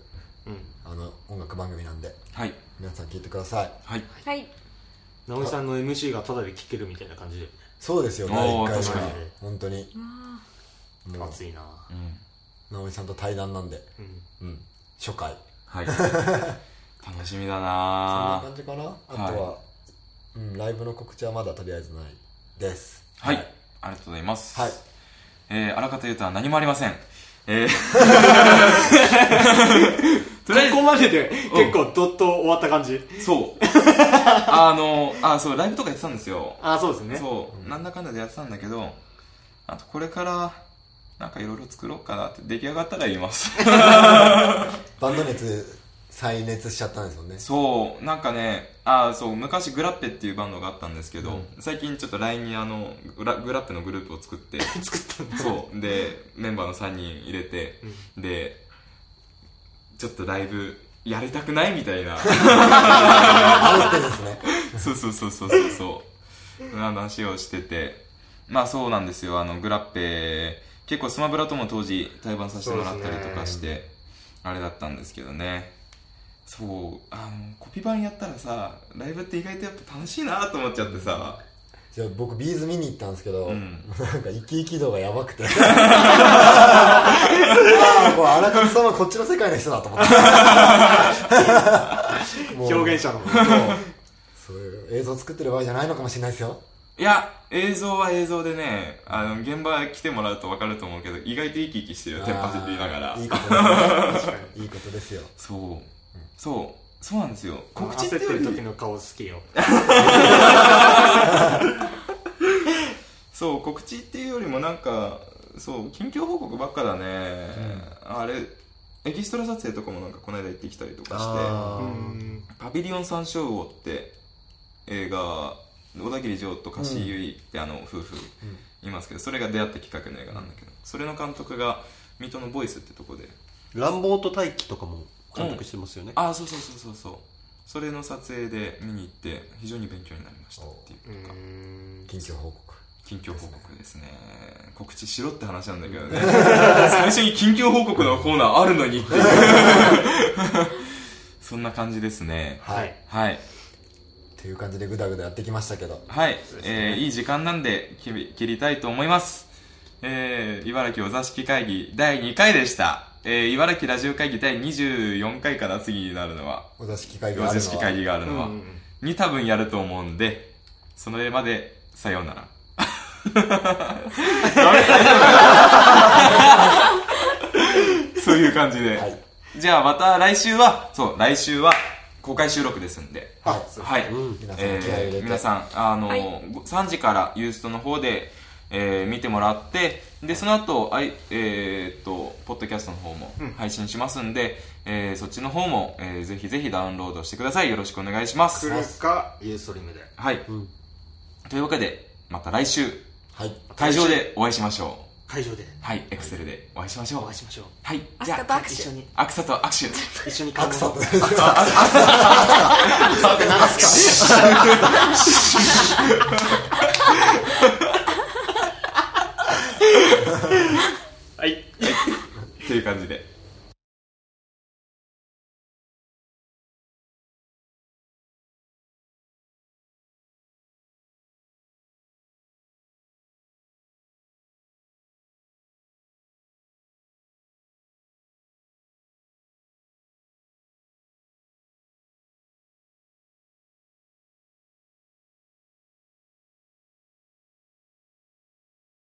[SPEAKER 4] うん
[SPEAKER 5] あの音楽番組なんで
[SPEAKER 3] はい。
[SPEAKER 5] 皆さん聞いてください
[SPEAKER 3] はい。
[SPEAKER 6] はい
[SPEAKER 4] 直美さんの MC がただで聴けるみたいな感じで
[SPEAKER 5] そうですよね
[SPEAKER 3] おー
[SPEAKER 5] 1回しか
[SPEAKER 3] 確
[SPEAKER 4] かに
[SPEAKER 5] 本当にも
[SPEAKER 4] 熱いな
[SPEAKER 3] うん
[SPEAKER 5] う直美さんと対談なんで、
[SPEAKER 4] うん
[SPEAKER 5] うん、初回
[SPEAKER 3] はい。楽しみだ
[SPEAKER 5] そんな
[SPEAKER 3] な
[SPEAKER 5] 感じかなあとは、うん、ライブの告知はまだとりあえずないです
[SPEAKER 3] ぁはい。ありがとうございます。
[SPEAKER 5] はい。
[SPEAKER 3] えー、あらかた言うとは何もありません。えー、とりあえず
[SPEAKER 4] ここまでで
[SPEAKER 3] うん
[SPEAKER 4] 結構ドッと終わった感じ、
[SPEAKER 3] そう。あの、あ、そう、ライブとかやってたんですよ。
[SPEAKER 4] ああそうですね
[SPEAKER 3] そう、なんだかんだでやってたんだけど、あとこれから、なんかいろいろ作ろうかなって、出来上がったら言います。
[SPEAKER 5] バンド熱再熱しちゃったんですよね
[SPEAKER 3] そう、なんかね、あーそう、昔グラッペっていうバンドがあったんですけど、最近ちょっと LINE にあのグラ、グラッペのグループを作って、 作ったんだ。そう、で、メンバーの3人入れて、で、ちょっとライブやりたくないみたいな。
[SPEAKER 5] 煽ってですね
[SPEAKER 3] そうそうそうそうそうそう。話をしてて。まあそうなんですよ。あの、グラッペ、結構スマブラとも当時対バンさせてもらったりとかして、あれだったんですけどね。そう、あの、コピー版やったらさ、ライブって意外とやっぱ楽しいなと思っちゃってさ。
[SPEAKER 5] じゃあ僕ビーズ見に行ったんですけど、
[SPEAKER 3] うん
[SPEAKER 5] なんか生き生き度がやば くてああこう荒川さんはこっちの世界の人だと思ってもう
[SPEAKER 4] 表現者の方
[SPEAKER 5] そういう映像作ってる場合じゃないのかもしれないですよ
[SPEAKER 3] いや、映像は映像でね、あの、現場来てもらうと分かると思うけど、意外と生き生きしてるよ、テンパって言いながら
[SPEAKER 5] あーい。いことですねいいことですよ
[SPEAKER 3] そう。そう。そうなんですよ。告知って
[SPEAKER 4] 焦って
[SPEAKER 3] よ
[SPEAKER 4] る
[SPEAKER 3] り
[SPEAKER 4] 時の顔好きよ
[SPEAKER 3] そう告知っていうよりもなんかそう近況報告ばっかだね、あれエキストラ撮影とかもなんかこの間行ってきたりとかし
[SPEAKER 4] う
[SPEAKER 5] あ
[SPEAKER 4] ん
[SPEAKER 3] て「パビリオンサンショウウオ」って映画小田切城と加志結衣ってあの夫婦いますけど、それが出会った企画の映画なんだけど、それの監督が水戸のボイスってとこで
[SPEAKER 8] 乱暴と待機とかも監督してますよね、
[SPEAKER 3] ああそうそうそうそうそうそれの撮影で見に行って非常に勉強になりましたっていう
[SPEAKER 5] ー緊急報告
[SPEAKER 3] 近況報告ですね告知しろって話なんだけどね 最初に近況報告のコーナーあるのにっていう そんな感じですね
[SPEAKER 4] はい
[SPEAKER 3] はい
[SPEAKER 5] っていう感じでグダグダやってきましたけど
[SPEAKER 3] はい、えーいい時間なんで切り切りたいと思いますえー、茨城お座敷会議第2回でしたえー、茨城ラジオ会議第24回から次になるのは
[SPEAKER 5] お座敷会議
[SPEAKER 3] お
[SPEAKER 5] がある
[SPEAKER 3] 座
[SPEAKER 5] の
[SPEAKER 3] 敷
[SPEAKER 5] は
[SPEAKER 3] 会議があるのは、
[SPEAKER 4] うん
[SPEAKER 3] に多分やると思うんでそれまでさよう ならそういう感じで。
[SPEAKER 5] はい
[SPEAKER 3] じゃあまた来週は、そう、来週は公開収録ですんで。
[SPEAKER 5] はい
[SPEAKER 3] はい。
[SPEAKER 5] 皆さん気合い入れ
[SPEAKER 3] え
[SPEAKER 5] て
[SPEAKER 3] ー皆さん、あの、
[SPEAKER 6] はい
[SPEAKER 3] 3時からユーストの方で、えー見てもらって、で、その後、あいえーっと、ポッドキャストの方も配信しますんで、えーそっちの方も、えーぜひぜひダウンロードしてください。よろしくお願いします。
[SPEAKER 4] 来るかユーストリームで
[SPEAKER 3] はい。というわけで、また来週、
[SPEAKER 5] はい
[SPEAKER 3] 会場でお会いしましょ
[SPEAKER 4] 会場で
[SPEAKER 3] う。はい、エクセルでお会いしましょう
[SPEAKER 4] お会い。しましょう
[SPEAKER 3] はい、
[SPEAKER 6] ア
[SPEAKER 3] じ
[SPEAKER 6] スカ
[SPEAKER 3] ゃ
[SPEAKER 6] と
[SPEAKER 3] あ、
[SPEAKER 6] 握
[SPEAKER 4] 一緒
[SPEAKER 6] 手
[SPEAKER 4] に
[SPEAKER 3] アクサと握手。
[SPEAKER 4] 一緒に買
[SPEAKER 5] ア
[SPEAKER 4] い
[SPEAKER 5] ク
[SPEAKER 4] 物を
[SPEAKER 5] サとですよ
[SPEAKER 4] はい
[SPEAKER 3] っていう感じで。